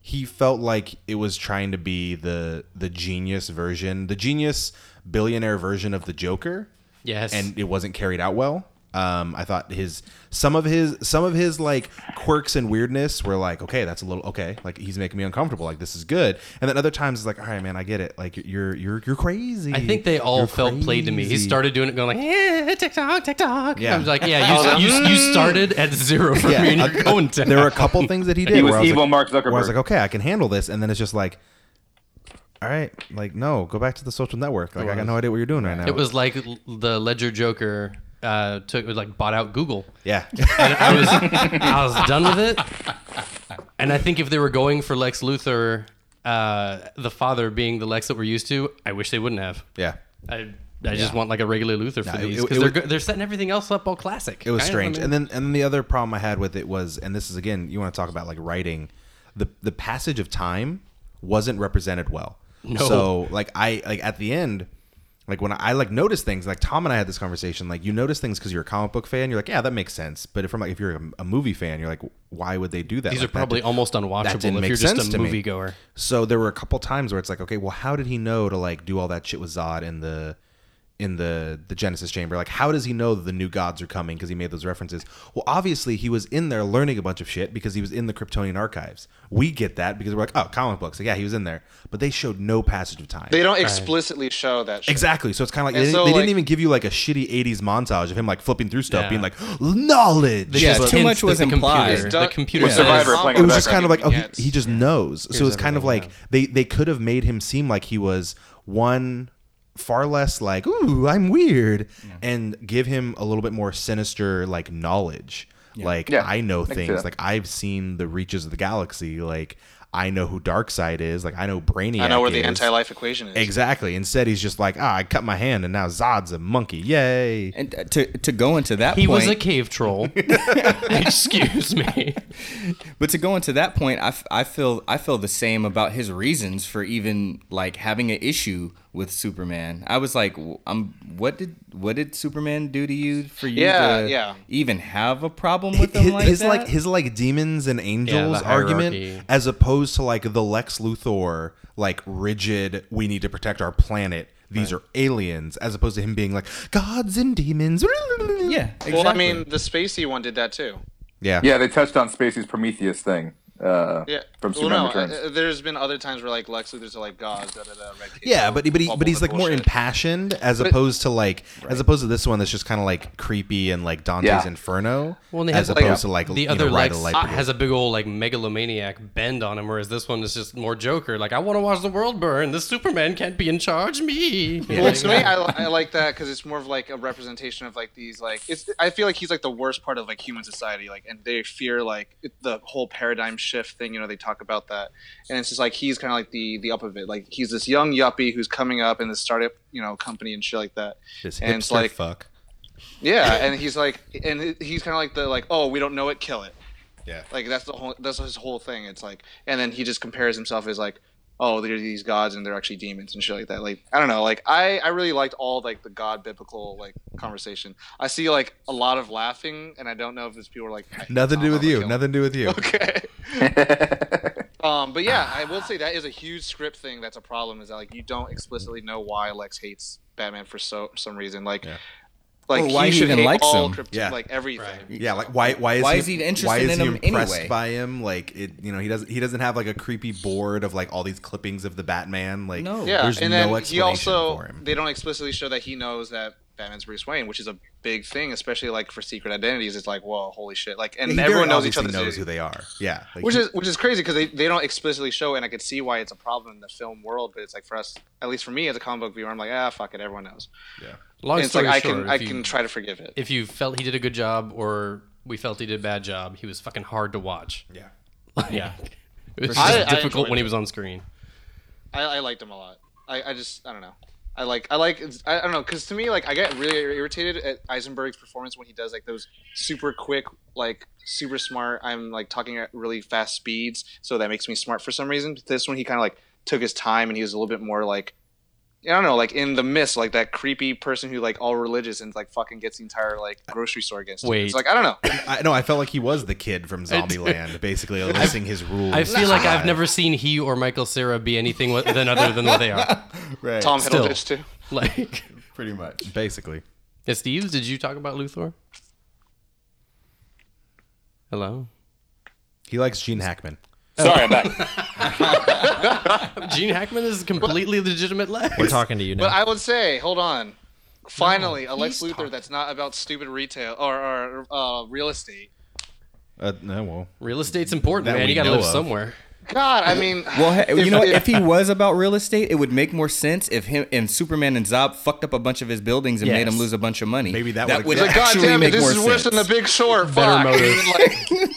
he felt like it was trying to be the the genius version, the genius billionaire version of the Joker,
Yes.
and it wasn't carried out well. Um, I thought his some of his some of his like quirks and weirdness were like okay that's a little okay like he's making me uncomfortable like this is good and then other times it's like all right man I get it like you're you're you're crazy
I think they all
You're
felt played to me. He
crazy.
started doing it, going like, "Yeah, TikTok, TikTok."
Yeah.
I was like, "Yeah, you, you, you started at zero for me, and
I-
you're going down."
there were a couple things that he did
He
where I
was
was
evil
like,
Mark
where I was
Zuckerberg.
like, okay, I can handle this, and then it's just like, all right, like no, go back to the social network. Like I got no idea what you're doing right now.
It was like l- the Ledger Joker uh, took like bought out Google.
yeah,
And I was I was done with it. And I think if they were going for Lex Luthor, uh, the father being the Lex that we're used to, I wish they wouldn't have.
yeah.
I I just want like a regular Luther for
it-
these
it-
because
it
they're
was-
go- they're setting everything else up all classic.
It was strange. And then and then the other problem I had with it was, and this is again, you want to talk about like writing, the the passage of time wasn't represented well.
No.
So like I like at the end. Like when I, I like notice things, like Tom and I had this conversation. Like you notice things because you're a comic book fan, you're like, yeah, that makes sense. But if I'm like, if you're a, a movie fan, you're like, why would they do that?
these
Like,
are
that
probably
did-
almost
that didn't
unwatchable if
make
you're just
sense
a
to me.
moviegoer.
So there were a couple times where it's like, okay, well, how did he know to like do all that shit with Zod in the in the the Genesis chamber? Like, how does he know that the new gods are coming because he made those references? Well, obviously he was in there learning a bunch of shit because he was in the Kryptonian archives. We get that because we're like, oh, comic books. Like, yeah, he was in there, but they showed no passage of time.
They don't explicitly show that. Shit.
Exactly. So it's kind of like
And
they,
so,
they
like-
didn't even give you like a shitty '80s montage of him like flipping through stuff,
Yeah.
being like knowledge.
They
Yeah,
just
too
hints
much
that
was
the
implied.
Computer,
It's done-
the computer
With
says-
Survivor
Yeah.
playing
it
in
was
the
just kind
background.
of like oh he,
Yes.
he just knows so it's kind of like
everything,
they they could have made him seem like he was one far less like ooh i'm weird and give him a little bit more sinister like knowledge like
Yeah,
i know
I can see
things
that.
like i've seen the reaches of the galaxy like i know who dark side is like i know brainiac
I know where the
is.
anti-life equation is.
exactly instead he's just like ah i cut my hand and now zod's a monkey yay
And uh, to to go into that
He
point,
was a cave troll. Excuse me.
But to go into that point, I, f- I feel I feel the same about his reasons for even like having an issue with Superman. I was like, w- I'm what did what did Superman do to you for you
Yeah,
to
yeah.
even have a problem with him
his,
like
his,
that?
like his like demons and angels
hierarchy.
argument as opposed to like the Lex Luthor like rigid we need to protect our planet these are aliens as opposed to him being like gods and demons
yeah, exactly.
Well, I mean, the spacey one did that too.
yeah
yeah, they touched on Spacey's Prometheus thing uh,
Yeah.
from
well,
Superman
no,
Returns.
uh, there's been other times where like Lex Luthor's like God, da, da, da, red kid,
yeah but but, he,
bubble
but he's
and
like more
bullshit.
impassioned as opposed to like as opposed to this one that's just kind of like creepy and like Dante's
Yeah.
Inferno
Well, and they
as
have,
opposed
like,
to like
the
you
other
know, Ride
Lex
a
uh,
Ah,
Light
has a big old like megalomaniac bend on him, whereas this one is just more Joker. Like I want to watch the world burn. This Superman can't be in charge. Me.
Well, to me, I, I like that because it's more of like a representation of like these like it's. I feel like he's like the worst part of like human society, like, and they fear like it- the whole paradigm shift thing. You know, they talk about that, and it's just like he's kind of like the the up of it. Like he's this young yuppie who's coming up in this startup, you know, company and shit like that.
this
and it's
hipster
like-
fuck
Yeah, and he's like, and he- he's kind of like the like, oh, we don't know it, kill it.
Yeah.
Like that's the whole that's his whole thing. It's like, and then he just compares himself as like, oh, they're these gods and they're actually demons and shit like that. Like I don't know. Like I I really liked all like the god biblical like conversation. I see like a lot of laughing, and I don't know if it's people are like I-
nothing to do
I don't
with
know,
you
kill it.
nothing to do with you
Okay. um, but yeah, I will say that is a huge script thing. That's a problem. Is that like you don't explicitly know why Lex hates Batman for so some reason. Like, like
Or why he
should
even
hate
likes
all
him.
Krypton-
Yeah.
like everything.
Yeah, like why? Why is
Why
he,
is he interested
why is
in
he
him
impressed
anyway?
by him? Like it, you know, he doesn't. He doesn't have like a creepy board of like all these clippings of the Batman. Like
No.
Yeah,
there's
and
no
then he
explanation
also
for him.
they don't explicitly show that he knows that Batman's Bruce Wayne, which is a big thing, especially like for secret identities. It's like, whoa, holy shit! Like, and
He very
everyone knows each
obviously
other.
knows who they are. Yeah, like,
which
he-
is which is crazy because they, they don't explicitly show, it, and I could see why it's a problem in the film world. But it's like for us, at least for me as a comic book viewer, I'm like, ah, fuck it, everyone knows.
Long
And it's
story
like I
short,
can I
Oh, if you-
can try to forgive it.
if you felt he did a good job or we felt he did a bad job, he was fucking hard to watch.
yeah.
Yeah. It was just
I- I
difficult
enjoyed
when he
it.
was on screen.
I, I liked him a lot. I, I just I don't know. I like I like it's- I, I don't know because to me like I get really irritated at Eisenberg's performance when he does like those super quick like super smart. I'm like talking at really fast speeds, so that makes me smart for some reason. But this one he kind of like took his time and he was a little bit more like I don't know like in the mist like that creepy person who like all religious and like fucking gets the entire like grocery store against. him.
Wait.
it's like I don't know.
I no, I felt like he was the kid from Zombieland, basically listing his rules.
I feel like I've
Yeah.
never seen he or Michael Sarah be anything wha- than other than what they are.
Right.
Tom
Still.
Hiddleston too.
Like,
pretty much.
basically.
yeah, Steve, did you talk about Luthor? Hello,
He likes Gene Hackman.
Sorry, I'm back.
Gene Hackman is a completely legitimate leg.
We're talking to you now.
But I would say, hold on. Finally, a Lex
he's
Luthor
talking.
that's not about stupid retail or, or uh, real estate.
Uh, no, well,
Real estate's important,
That
man.
we
You gotta
know
live
of.
somewhere.
God, I mean,
Well, he- you know, what? if he was about real estate, it would make more sense if him and Superman and Zob fucked up a bunch of his buildings and made him
Yes.
lose a bunch of money.
Maybe that
that
would
would
exist.
God
actually
damn it,
make
this
more
is worse
sense.
than the Big Short. Fuck.
Better
I mean,
motive.
like,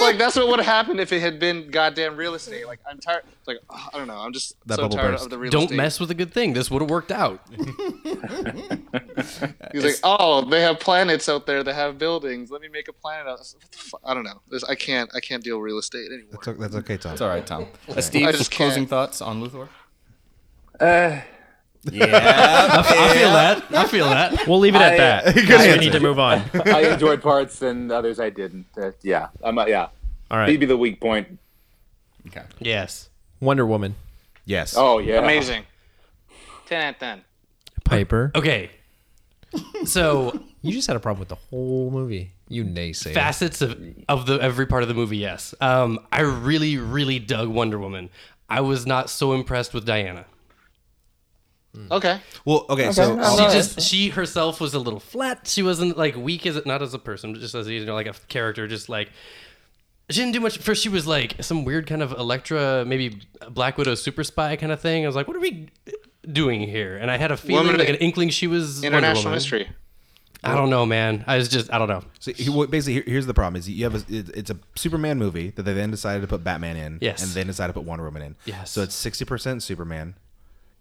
like, that's what would have happened if it had been goddamn real estate. Like I'm tired. Like ugh, I don't know. I'm just
That
so
bubble
tired
burst.
of the real
Don't
estate.
mess with a good thing. This would have worked out.
He's like, oh, they have planets out there that have buildings. Let me make a planet. Out. What the fu- I don't know. This, I can't. I can't deal with real estate anymore.
that's, o- that's okay, Tom.
It's all right, Tom. Uh, Steve,
I
just
just
closing
can't.
thoughts on Luthor.
I feel that. I feel that.
We'll leave it at
I-
that. we need to move on.
uh,
I enjoyed parts and others I didn't. Uh, yeah, I'm. Uh, yeah,
All
he'd
right.
be the weak point.
Okay.
Yes.
Wonder Woman.
Yes.
Oh yeah,
Amazing. Ten out of ten.
Piper.
Okay. So
You just had a problem with the whole movie. You naysayer.
facets of, of the every part of the movie. Yes, um, I really, really dug Wonder Woman. I was not so impressed with Diana.
Okay.
Well, okay. so
She just she herself was a little flat. She wasn't like weak as not as a person, but just as you know, like a character. Just like she didn't do much. First, she was like some weird kind of Electra, maybe Black Widow super spy kind of thing. I was like, what are we doing here? And I had a feeling,
Woman-
like an inkling, she was Wonder
International
Woman.
mystery.
I don't know, man. I was just I don't know.
So he, well, basically, here- here's the problem: is you have a, it- it's a Superman movie that they then decided to put Batman in,
Yes.
and then decided to put Wonder Woman in.
Yes.
So it's sixty percent Superman,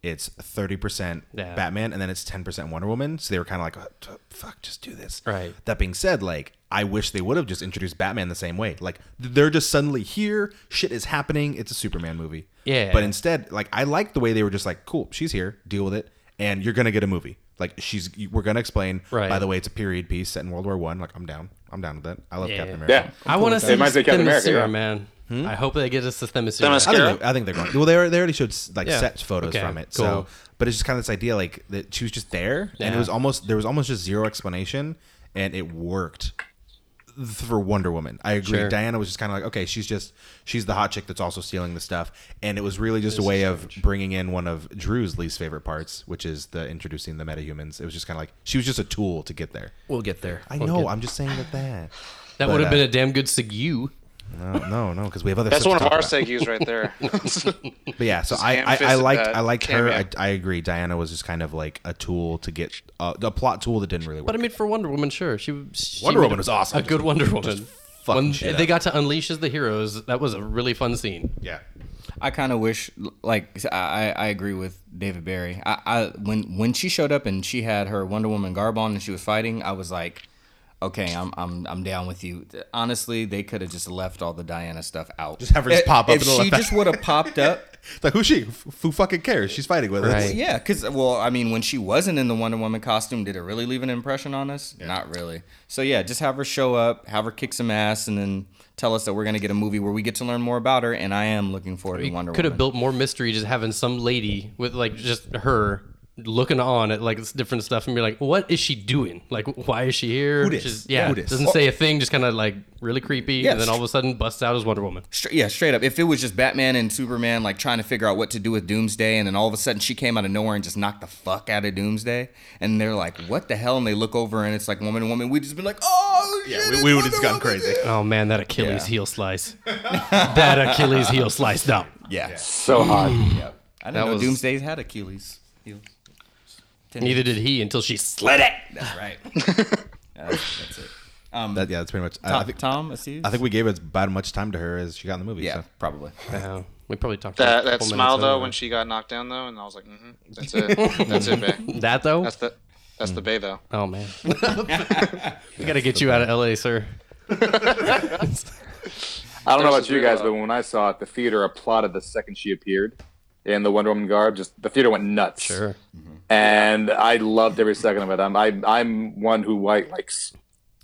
it's thirty percent
Yeah.
Batman, and then it's ten percent Wonder Woman. So they were kind of like, "Oh, t- "Fuck, just do this."
Right.
That being said, like I wish they would have just introduced Batman the same way. Like they're just suddenly here, shit is happening. It's a Superman movie.
Yeah.
But instead, like I like the way they were just like, "Cool, she's here, deal with it," and you're gonna get a movie. Like she's, we're gonna explain.
Right.
By the way way it's a period piece set in World War One. Like I'm down. I'm down with that. I love
Yeah.
Captain America.
Yeah,
I want to see
reminds me of Captain
Themyscira,
America, yeah. Hmm?
man. I hope they get us the
I
Themyscira.
think, they- I think they're going. Well, they, already- they already showed like
Yeah.
set photos
Okay,
from it. So,
cool.
but it's just kind of this idea like that she was just there, and it
Yeah.
was almost there was almost just zero explanation, and it worked for Wonder Woman. I agree.
Sure.
Diana was just kind of like, okay, she's just she's the hot chick that's also stealing the stuff, and it was really just a way of bringing in one of Drew's least favorite parts, which is the introducing the metahumans. It was just kind of like she was just a tool to get there.
We'll get there.
I
We'll
know.
get-
I'm just saying that that.
That
But,
would have been
uh,
a damn good segue.
No, no, no, because we have other.
That's
stuff
one
to
of
talk
our
about.
segues right there.
But yeah, so I,
ham
I, I
fisted
liked
that
I liked her. I,
cameo.
I agree. Diana was just kind of like a tool to get uh, a plot tool that didn't really work.
But I mean, for Wonder Woman, sure. She, she
Wonder
made a-
Woman was awesome.
A good Wonder Woman.
fucking
When
shit
they
up.
got to unleash as the heroes, that was a really fun scene.
yeah,
I kind of wish, like, I, I I agree with David Barry. I, I when when she showed up and she had her Wonder Woman garb on and she was fighting, I was like, okay, I'm I'm I'm down with you. Honestly, they could have just left all the Diana stuff out.
Just have her just
If-
pop up
If
and all
she
that.
just would have popped up,
It's like who's she? F- Who fucking cares? She's fighting with us.
Right.
yeah. Because well, I mean, when she wasn't in the Wonder Woman costume, did it really leave an impression on us? Not really. So yeah, just have her show up, have her kick some ass, and then tell us that we're gonna get a movie where we get to learn more about her. And I am looking forward to Wonder
Could
Woman.
have built more mystery just having some lady with like just her looking on at like different stuff and be like, what is she doing? Like, why is she here?
Who dis?
Just- yeah,
Who dis?
doesn't say a thing, just kind of like really creepy,
Yes.
and then all of a sudden busts out as Wonder Woman.
Stra yeah, straight up. If it was just Batman and Superman like trying to figure out what to do with Doomsday, and then all of a sudden she came out of nowhere and just knocked the fuck out of Doomsday, and they're like, "What the hell?" and they look over and it's like woman and woman. We just been like, "Oh shit!"
Yeah,
it's
we, we would have
Wonder
just gone
Woman."
crazy.
Oh man, that Achilles
Yeah.
heel slice. that Achilles heel slice. No,
Yeah,
So hot.
Yep. I didn't
That
know
was-
Doomsday's had Achilles. heels.
neither did he until she slit it.
That's right. Yeah, that's, that's it. Um,
That, yeah, that's pretty much. I, I
Tom,
think
Tom Assis?
I think we gave as about as much time to her as she got in the movie.
yeah,
so.
probably.
Uh, we probably talked for a
That that
couple
smile
minutes
though
over.
when she got knocked down though, and I was like, mm-hmm, that's it, that's it, bae.
that though.
That's the that's the bay though.
oh man, we gotta get you out of L.A., sir.
I don't know
There's uh,
about
a
you guys,
weirdo.
but when I saw it, the theater applauded the second she appeared in the Wonder Woman garb. Just the theater went nuts.
Sure.
and I loved every second of it. I'm I'm, I'm one who like, likes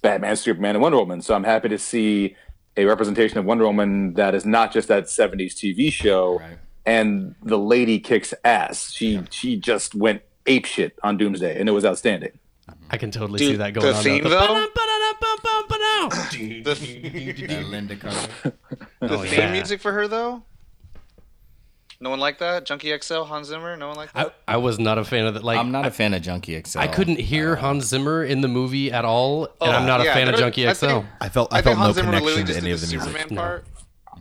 Batman, Superman, and Wonder Woman, so I'm happy to see a representation of Wonder Woman that is not just that '70s TV show.
Right.
And the lady kicks ass. She she just went apeshit on Doomsday, and it was outstanding.
I can totally see
Dude,
that going
the
on.
theme
now.
though,
The-
the, th-
Uh, Linda Carter.
the
Oh,
theme
yeah.
music for her though. No one liked that. Junkie XL, Hans Zimmer. No one liked that.
I, I was not a fan of that. Like
I'm not a fan of Junkie XL.
I couldn't hear Hans Zimmer in the movie at all, and
Oh,
I'm not
Oh, yeah,
a fan of
they're-
Junkie
I
XL.
think-
I felt I,
think
felt no
Hans Zimmer literally
connection to
just
any
did
of the music.
Superman part.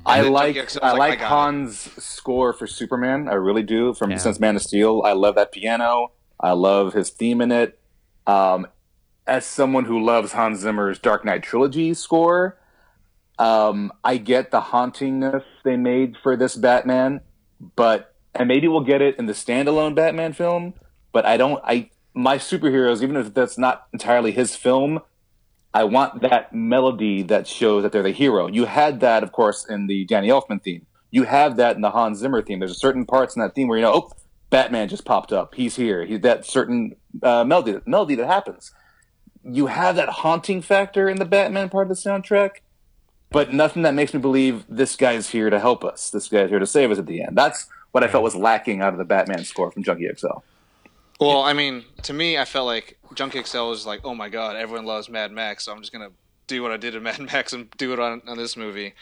I
then
like
Junkie XL
I
was like,
like
I got it.
Hans' score for Superman. I really do. From
Yeah.
since Man of Steel, I love that piano. I love his theme in it. Um, as someone who loves Hans Zimmer's Dark Knight trilogy score, um, I get the hauntingness they made for this Batman, but and maybe we'll get it in the standalone Batman film. But I don't. I my superheroes, even if that's not entirely his film, I want that melody that shows that they're the hero. You had that, of course, in the Danny Elfman theme. You have that in the Hans Zimmer theme. There's a certain parts in that theme where you know, oh, Batman just popped up. He's here. He's that certain uh, melody, melody that happens. You have that haunting factor in the Batman part of the soundtrack, but nothing that makes me believe this guy's here to help us. This guy's here to save us at the end. That's what I felt was lacking out of the Batman score from Junkie XL.
Well, I mean, to me, I felt like Junkie XL was like, oh my god, everyone loves Mad Max, so I'm just gonna do what I did in Mad Max and do it on, on this movie.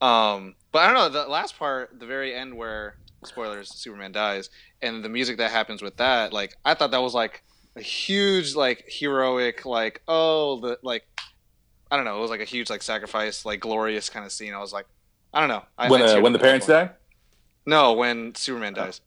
Um, but I don't know. The last part, the very end, where spoilers, Superman dies, and the music that happens with that, like, I thought that was like a huge, like, heroic, like, oh, the like, I don't know, it was like a huge, like, sacrifice, like, glorious kind of scene. I was like, I don't know. I,
when
I
uh,
teared
when the
up at that
parents
point.
die.
No, when Superman dies.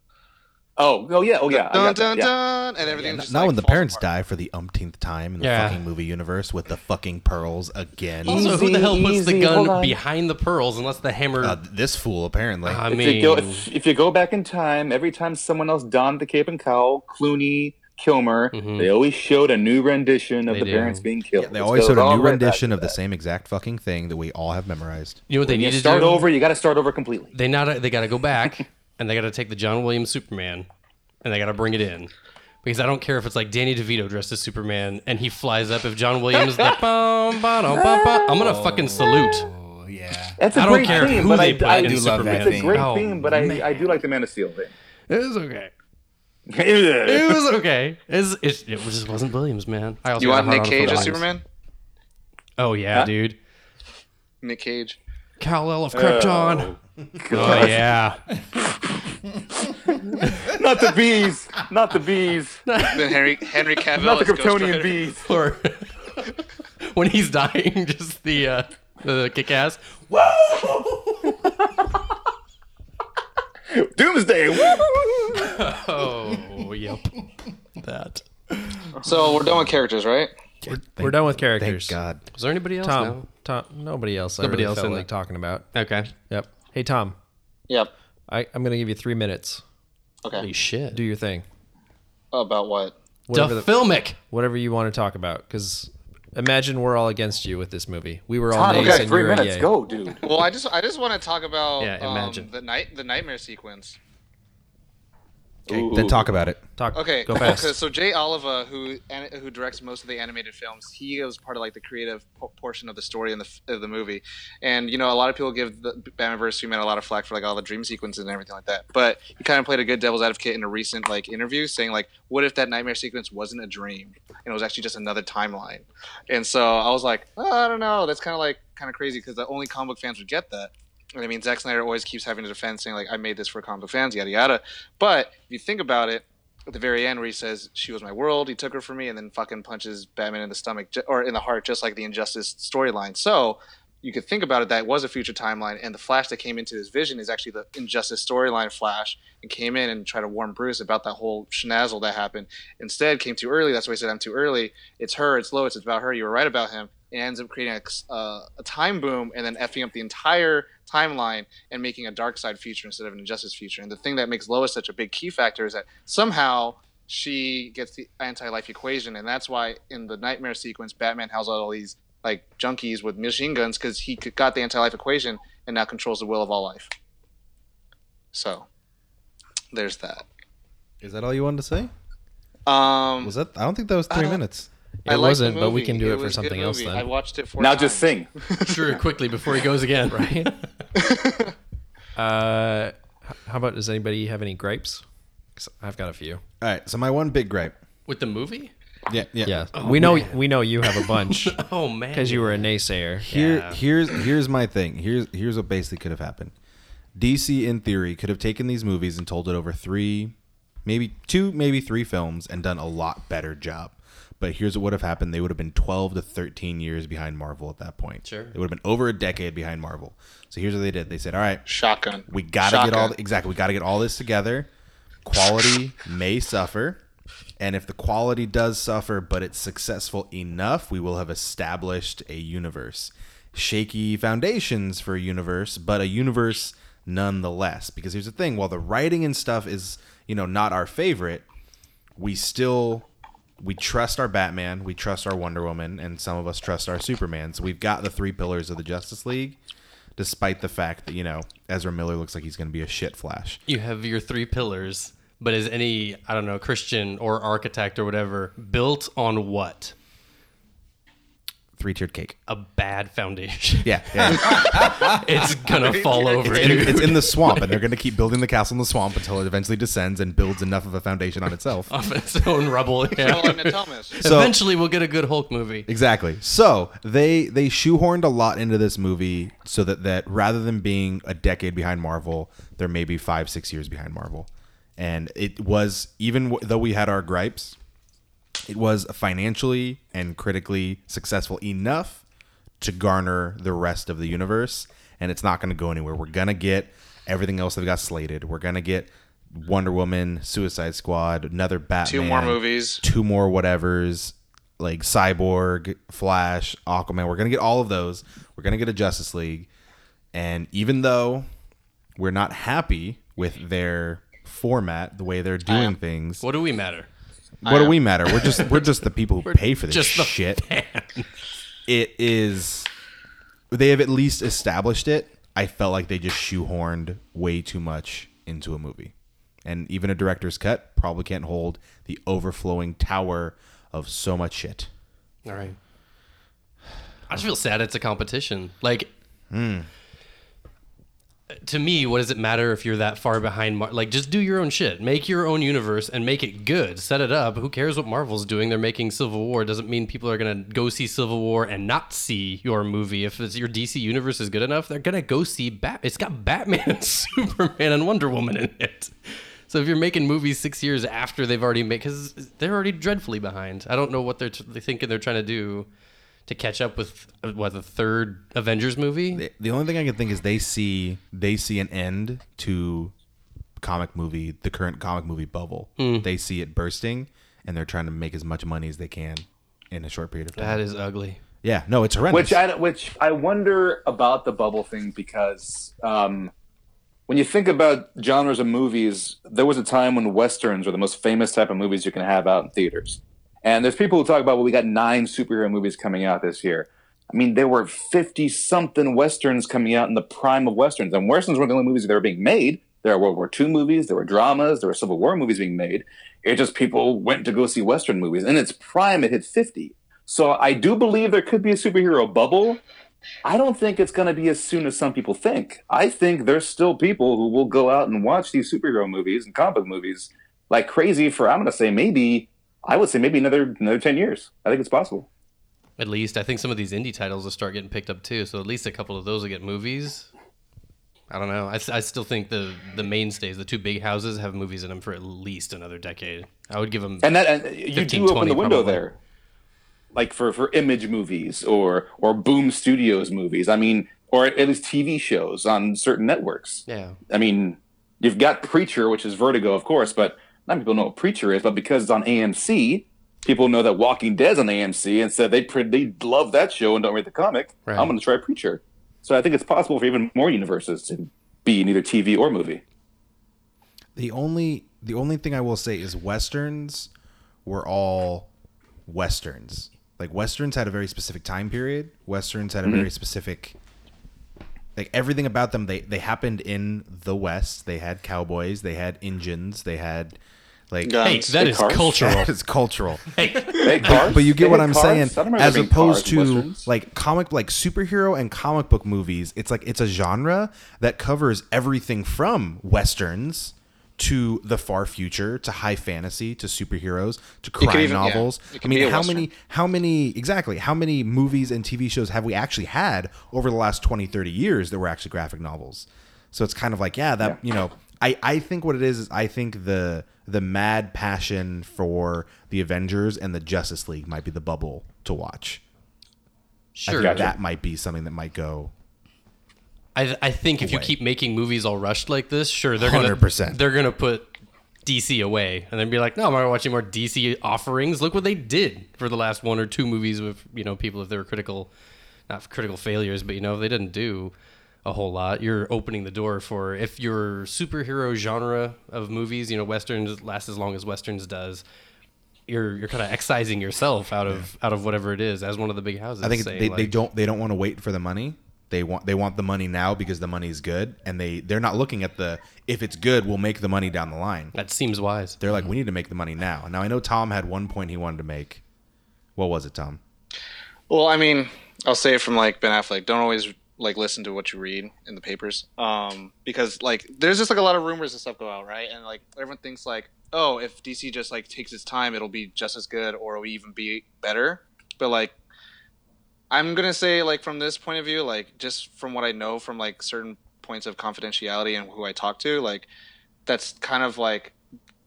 Oh, oh yeah, oh yeah. I
Dun
got that,
dun
yeah.
dun, and everything.
Not
just,
not
like,
when the
falls
parents
apart.
die for the umpteenth time in the
Yeah.
fucking movie universe with the fucking pearls again.
Also, who the hell puts the
easy, hold
gun
on.
behind the pearls unless the hammer?
Uh, this fool apparently.
I
If you, go,
mean,
if, if you go back in time, every time someone else donned the cape and cowl, Clooney, Kilmer, they always showed a new rendition
Mm-hmm.
of
They
the
do.
parents being killed.
they
It
always
goes
showed
all
a new
right back
rendition
to
of the
that.
same exact fucking thing that we all have memorized.
you know what they
When
need
you
to
start
do?
over, you got to start over completely.
They not they got to go back and they got to take the John Williams Superman and they got to bring it in because I don't care if it's like Danny DeVito dressed as Superman and he flies up. If John Williams is like, "Bum, ba, dum, ba, ba," I'm gonna fucking salute.
Oh yeah.
That's a
I don't
great
care
theme,
who
but
they
I,
put
I,
in
do love
Superman.
that
it's a
thing.
great
Oh,
theme, but I, I
man.
do like the Man of Steel
It was okay.
thing.
It was okay. It's, it's, it just wasn't Williams, man. I also
You
got hard
want Nick
on for
Cage as
Williams.
Superman?
Oh yeah, dude.
Nick Cage.
Kal El of Krypton. Oh, yeah.
not the bees, not the bees,
Then Henry Henry Cavill.
not the
as Ghost
Kryptonian
Rider.
bees.
or when he's dying, just the uh, the kick ass.
Doomsday. woo!
Oh, yep. That.
So we're done with characters, right?
We're done with
Thank
characters.
God.
Was there anybody else?
Tom,
No?
Tom, nobody else. I
Nobody
really
else
felt
in
like
the-
talking about.
Okay.
Yep. Hey Tom,
Yep.
I, I'm gonna give you three minutes.
Holy shit.
Do your thing.
About what?
the
Whatever, the,
filmic.
whatever you want to talk about, because imagine we're all against you with this movie. We were all
Tom, you
nays
got
and
three
you were a
minutes.
yay.
Go, dude.
Well, I just I just want to talk about
Yeah,
um,
imagine.
the night the nightmare sequence.
Okay,
Then talk about it.
talk.
Okay, oh,
go fast.
okay, so Jay Oliva, who an- who directs most of the animated films, he was part of like the creative po- portion of the story in the f- of the movie, and you know a lot of people give the Batmanverse Superman a lot of flack for like all the dream sequences and everything like that. But he kind of played a good devil's advocate in a recent like interview, saying like, "What if that nightmare sequence wasn't a dream and it was actually just another timeline?" And so I was like, oh, I don't know, that's kind of like kind of crazy because the only comic book fans would get that. And I mean, Zack Snyder always keeps having to defend saying like, "I made this for comic book fans," yada yada. But if you think about it at the very end where he says she was my world he took her from me and then fucking punches batman in the stomach ju- or in the heart just like the injustice storyline so you could think about it that was a future timeline and the flash that came into his vision is actually the injustice storyline flash and came in and tried to warn bruce about that whole schnazzle that happened instead came too early that's why he said i'm too early it's her it's lois it's about her you were right about him it ends up creating a, uh, a time boom and then effing up the entire timeline and making a dark side future instead of an injustice future. And the thing that makes Lois such a big key factor is that somehow she gets the anti-life equation, and that's why in the nightmare sequence, Batman has all these like junkies with machine guns because he c- got the anti-life equation and now controls the will of all life. So there's that.
Is that all you wanted to say?
Um,
Was that? I don't think that was three
Uh,
minutes.
it
liked the
wasn't, but we
movie.
can do it, for
was a good
something else
movie.
then.
I watched it for
Now just sing.
Drew quickly before he goes again. Right.
Uh, h- how about does anybody have any gripes? 'Cause I've got a few.
All right. So my one big gripe.
With the movie?
Yeah, yeah.
Yeah, Oh, we know we know you have a bunch
Oh man.
because you were a naysayer.
Here, here's here's my thing. Here's here's what basically could have happened. DC, in theory, could have taken these movies and told it over three, maybe two, maybe three films, and done a lot better job. But here's what would have happened: they would have been 12 to 13 years behind Marvel at that point.
Sure.
they would have been over a decade behind Marvel. So here's what they did: they said, "All right,
Shotgun.
we gotta get all exactly. We gotta get all this together. Quality may suffer, and if the quality does suffer, but it's successful enough, we will have established a universe. Shaky foundations for a universe, but a universe nonetheless. Because here's the thing: while the writing and stuff is you know not our favorite, we still we trust our Batman, we trust our Wonder Woman, and some of us trust our Superman. So we've got the three pillars of the Justice League, despite the fact that you know Ezra Miller looks like he's going to be a shit Flash.
you have your three pillars, but is any I don't know Christian or architect or whatever built on what?
Three tiered cake.
A bad foundation.
Yeah, yeah.
it's gonna fall over,
It's in-
dude.
it's in the swamp, and they're going to keep building the castle in the swamp until it eventually descends and builds enough of a foundation on itself.
Off its own rubble. yeah.
Well, like Thomas.
So-
Eventually, we'll get a good Hulk movie.
Exactly. So they they shoehorned a lot into this movie so that that rather than being a decade behind Marvel, they're maybe five six years behind Marvel, and it was even w- though we had our gripes, it was financially and critically successful enough to garner the rest of the universe and it's not going to go anywhere we're going to get everything else that got slated we're going to get wonder woman suicide squad another batman
Two more movies.
two more whatevers like cyborg flash aquaman we're going to get all of those we're going to get a justice league and even though we're not happy with their format the way they're doing things
What do we matter?
what do we matter? We're just we're just the people who pay for this
just the
shit. It is they have at least established it. I felt like they just shoehorned way too much into a movie. And even a director's cut probably can't hold the overflowing tower of so much shit.
All right. I just feel sad it's a competition. Like, to me, what does it matter if you're that far behind? Mar- like, just do your own shit. Make your own universe and make it good. Set it up. Who cares what Marvel's doing? They're making Civil War. Doesn't mean people are going to go see Civil War and not see your movie. If it's, your DC universe is good enough, they're going to go see Bat. It's got Batman, and Superman, and Wonder Woman in it. So if you're making movies six years after they've already made, because they're already dreadfully behind. I don't know what they're, t- they thinking they're trying to do to catch up with uh, what the third Avengers movie.
The- The only thing I can think is they see they see an end to comic movie the current comic movie bubble.
Hmm.
They see it bursting and they're trying to make as much money as they can in a short period of time.
that is ugly.
yeah, no, it's horrendous.
Which I which I wonder about the bubble thing because um, when you think about genres of movies, there was a time when westerns were the most famous type of movies you can have out in theaters. And there's people who talk about well, we got nine superhero movies coming out this year. I mean, there were fifty something westerns coming out in the prime of westerns, and westerns weren't the only movies that were being made.
There are World War II movies, there were dramas, there were Civil War movies being made. It just people went to go see Western movies. In its prime, it hit 50. So I do believe there could be a superhero bubble. I don't think it's going to be as soon as some people think. I think there's still people who will go out and watch these superhero movies and comic book movies like crazy for, I'm going to say maybe, I would say maybe another, another 10 years. I think it's possible.
At least I think some of these indie titles will start getting picked up too. So at least a couple of those will get movies. I don't know. I, s- I still think the the mainstays, the two big houses, have movies in them for at least another decade. I would give them.
and that and
15,
you do open the
20
window
probably.
there like for for image movies or or boom studios movies i mean or at least tv shows on certain networks
yeah,
i mean you've got preacher which is vertigo of course but not many people know what preacher is but because it's on amc people know that walking dead's on amc and said they pre- they love that show and don't read the comic
Right.
i'm going to try preacher so i think it's possible for even more universes to be in either tv or movie
The only the only thing I will say is westerns were all westerns. Like westerns had a very specific time period. Westerns
Mm-hmm.
had a very specific like everything about them they they happened in the west. They had cowboys, they had Indians, they had like
hey,
Guns.
that
Hey,
is
Carl.
cultural.
that is cultural.
They had cars.
But you get
They
what
had
I'm
cars. I don't
saying.
remember
As
there being
opposed
cars in
to
Westerns.
like comic, like superhero and comic book movies, it's like it's a genre that covers everything from westerns to the far future to high fantasy to superheroes to crime
even- yeah,
novels.
it
I
could be
mean,
a
how
western.
many, how many, exactly, how many movies and TV shows have we actually had over the last 20, 30 years that were actually graphic novels? So it's kind of like, yeah, that, you know, I, I think what it is is I think the the mad passion for the Avengers and the Justice League might be the bubble to watch.
Sure,
That might be something that might go.
I, th- I think if you
away.
keep making movies all rushed like this, sure they're gonna
100%.
they're gonna put DC away and then be like, no, I'm not watching more DC offerings. Look what they did for the last one or two movies with you know people if they were critical, not critical failures, but you know if they didn't do a whole lot. You're opening the door for if your superhero genre of movies, you know, westerns last as long as westerns does. You're you're kind of excising yourself out of out of whatever it is as one of the big houses.
I think
saying,
they, they
like-
don't they don't want to wait for the money. They want they want the money now because the money's good and they they're not looking at the if it's good we'll make the money down the line.
That seems wise.
They're like we need to make the money now. Now I know Tom had one point he wanted to make. What was it, Tom?
Well, I mean, I'll say it from like Ben Affleck. Don't always like listen to what you read in the papers, um, because like there's just like a lot of rumors and stuff go out, right? And like everyone thinks like, oh, if DC just like takes its time, it'll be just as good, or it'll even be better. But like, I'm gonna say like from this point of view, like just from what I know from like certain points of confidentiality and who I talk to, like that's kind of like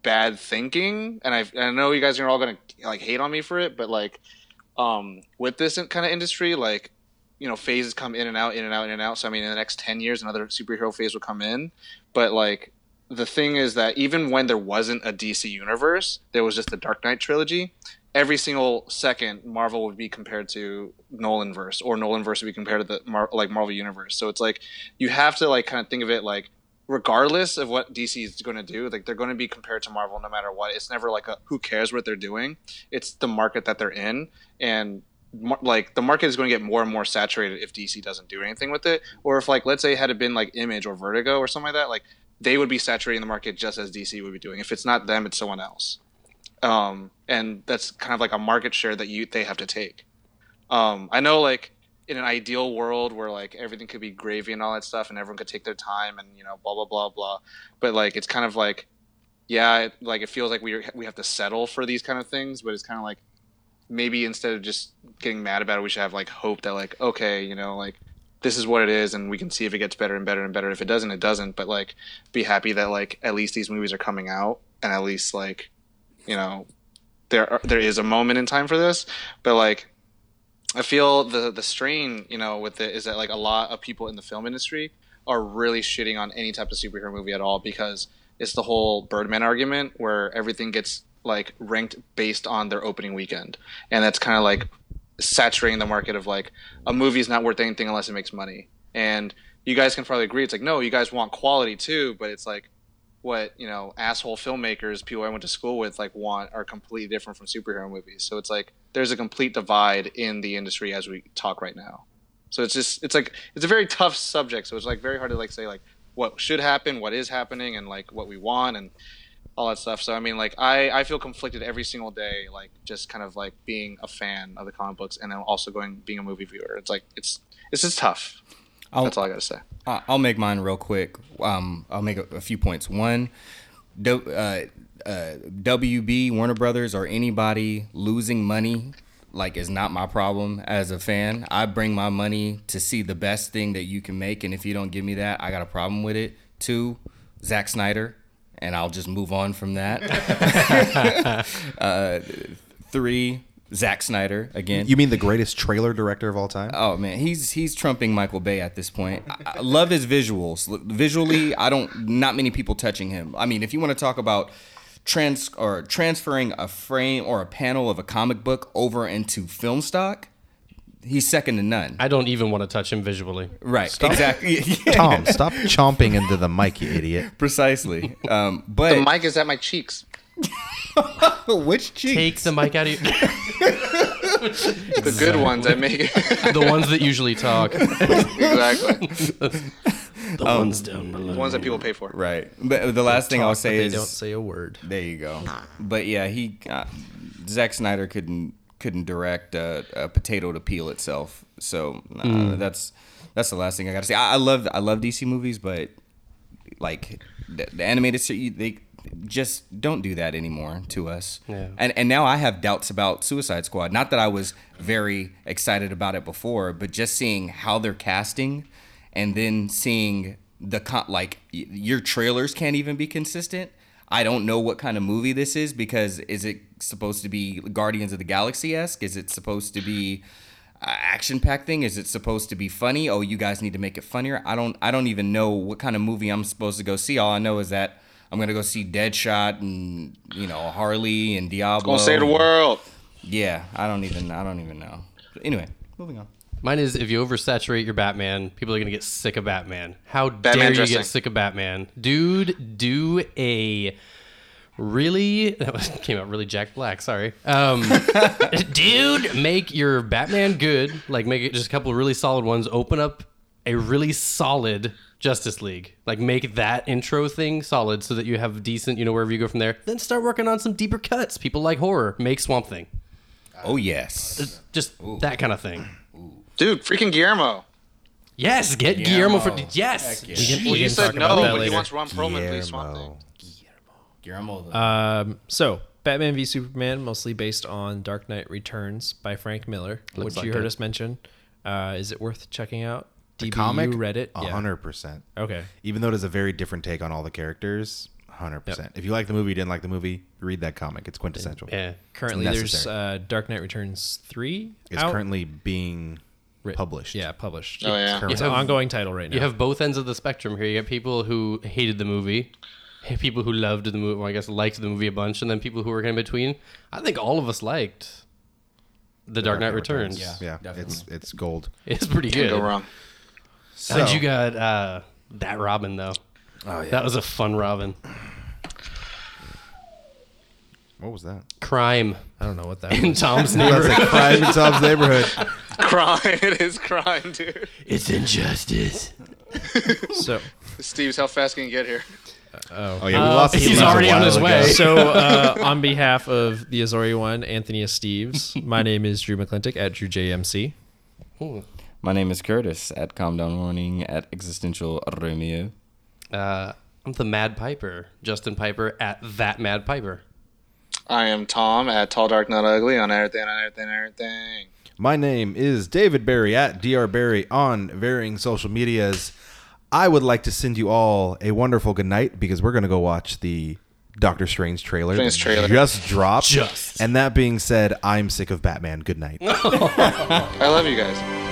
bad thinking. And I, and I know you guys are all gonna like hate on me for it, but like um, with this kind of industry, like you know, phases come in and out, in and out, in and out. So I mean, in the next ten years, another superhero phase will come in. But like the thing is that even when there wasn't a DC universe, there was just the Dark Knight trilogy. Every single second, Marvel would be compared to Nolanverse, or Nolanverse would be compared to the Mar- like Marvel universe. So it's like you have to like kind of think of it like regardless of what DC is going to do, like they're going to be compared to Marvel no matter what. It's never like a who cares what they're doing. It's the market that they're in, and mar- like the market is going to get more and more saturated if DC doesn't do anything with it, or if like let's say had it been like Image or Vertigo or something like that, like they would be saturating the market just as DC would be doing. If it's not them, it's someone else, um, and that's kind of like a market share that you they have to take. Um, I know like in an ideal world where like everything could be gravy and all that stuff and everyone could take their time and you know blah blah blah blah but like it's kind of like yeah it, like it feels like we are, we have to settle for these kind of things but it's kind of like maybe instead of just getting mad about it we should have like hope that like okay you know like this is what it is and we can see if it gets better and better and better if it doesn't it doesn't but like be happy that like at least these movies are coming out and at least like you know there are, there is a moment in time for this but like I feel the the strain, you know, with it is that like a lot of people in the film industry are really shitting on any type of superhero movie at all because it's the whole Birdman argument where everything gets like ranked based on their opening weekend, and that's kind of like saturating the market of like a movie's not worth anything unless it makes money. And you guys can probably agree. It's like no, you guys want quality too, but it's like what you know, asshole filmmakers, people I went to school with, like want are completely different from superhero movies. So it's like there's a complete divide in the industry as we talk right now. So it's just it's like it's a very tough subject. So it's like very hard to like say like what should happen, what is happening, and like what we want and all that stuff. So I mean, like I I feel conflicted every single day, like just kind of like being a fan of the comic books and then also going being a movie viewer. It's like it's it's just tough.
I'll-
That's all I gotta say.
I- I'll make mine real quick. Um, I'll make a, a few points. One, do, uh, uh, WB Warner Brothers or anybody losing money like is not my problem as a fan. I bring my money to see the best thing that you can make, and if you don't give me that, I got a problem with it. Two, Zack Snyder, and I'll just move on from that. uh, three, Zack Snyder again.
You mean the greatest trailer director of all time?
Uh,
Oh man, he's he's trumping Michael Bay at this point. I, I love his visuals. L- Visually, I don't not many people touching him. I mean, if you want to talk about trans or transferring a frame or a panel of a comic book over into film stock, he's second to none.
I don't even want to touch him visually.
right. Exactly. Yeah,
Tom, stop chomping into the mic, you idiot.
precisely. Um, but
The mic is at my cheeks.
which cheek?
Take the mic out of you.
The good ones I make
the ones that usually talk. The
exactly
Um,
ones down below.
the ones that people pay for.
Right. But the last thing I'll
Talk, but
say
they
is
don't say a word.
There you go. But yeah, he uh, Zack Snyder couldn't couldn't direct a, a potato to peel itself. So uh, that's that's the last thing I got to say. I, I love I love DC movies, but like the, the animated series, they just don't do that anymore to us.
Yeah.
And and now I have doubts about Suicide Squad. Not that I was very excited about it before, but just seeing how they're casting, and then seeing the con- like y- your trailers can't even be consistent. I don't know what kind of movie this is because is it supposed to be Guardians of the Galaxy esque? Is it supposed to be action packed thing? Is it supposed to be funny? Oh, you guys need to make it funnier. I don't I don't even know what kind of movie I'm supposed to go see. All I know is that I'm gonna go see Deadshot and you know Harley and Diablo.
Gonna save the world.
Yeah, I don't even I don't even know. Anyway, moving on.
Mine is if you oversaturate your Batman, people are gonna get sick of Batman. How dare
Batman
you
dressing.
get sick of Batman, dude? Do a really that was, came out really Jack Black. Sorry, um, dude. Make your Batman good. Like make it just a couple of really solid ones. Open up a really solid Justice League. Like make that intro thing solid so that you have decent. You know wherever you go from there. Then start working on some deeper cuts. People like horror. Make Swamp Thing.
Oh yes.
Just that kind of thing.
Dude, freaking Guillermo.
Yes, get Guillermo, for yes.
Well, you said no,
about that
but he
later.
wants Ron Perlman to be Swamp Thing.
Guillermo.
Guillermo.
Um, so Batman v Superman, mostly based on Dark Knight Returns by Frank Miller, which
like
you heard
it.
us mention. Uh, is it worth checking out? DB,
Comic?
you read it? Yeah.
100%.
Okay.
Even though it is a very different take on all the characters, 100%. If you like the movie, you didn't like the movie, read that comic. It's quintessential.
Yeah.
Currently,
It's
there's
necessary.
uh, Dark Knight Returns three.
It's
out?
currently being
Writ-
published.
Yeah, published.
Oh yeah.
It's an
have-
ongoing title right now.
You have both ends of the spectrum here. You got people who hated the movie, people who loved the movie, well, I guess liked the movie a bunch, and then people who were in between. I think all of us liked The, Dark, Knight Returns.
Yeah. It's it's gold.
It's pretty good.
Can't go wrong.
How'd you got uh, that Robin though? Oh yeah. That was a fun Robin.
What was that?
Crime
I don't know what that.
in Tom's neighborhood.
Crime in Tom's neighborhood.
Crime. It is crime, dude.
it's injustice.
was. so
Steve's, how fast can you get here?
Oh yeah, we lost.
Uh, he's
Steve a
already on
while
his
ago.
way.
So, uh, on behalf of the Azori One, Anthony Steves, my name is Drew McClintock at Drew JMC.
My name is Curtis at Calm Down Warning at Existential Romeo.
Uh, I'm the Mad Piper, Justin Piper at that Mad Piper.
I am Tom at Tall Dark Not Ugly on everything, on everything, on everything.
My name is David Barry at Dr Barry on varying social medias. I would like to send you all a wonderful good night because we're gonna go watch the Doctor Strange trailer,
Strange
that
trailer.
just dropped.
Just.
And that being said, I'm sick of Batman. Good night.
I love you guys.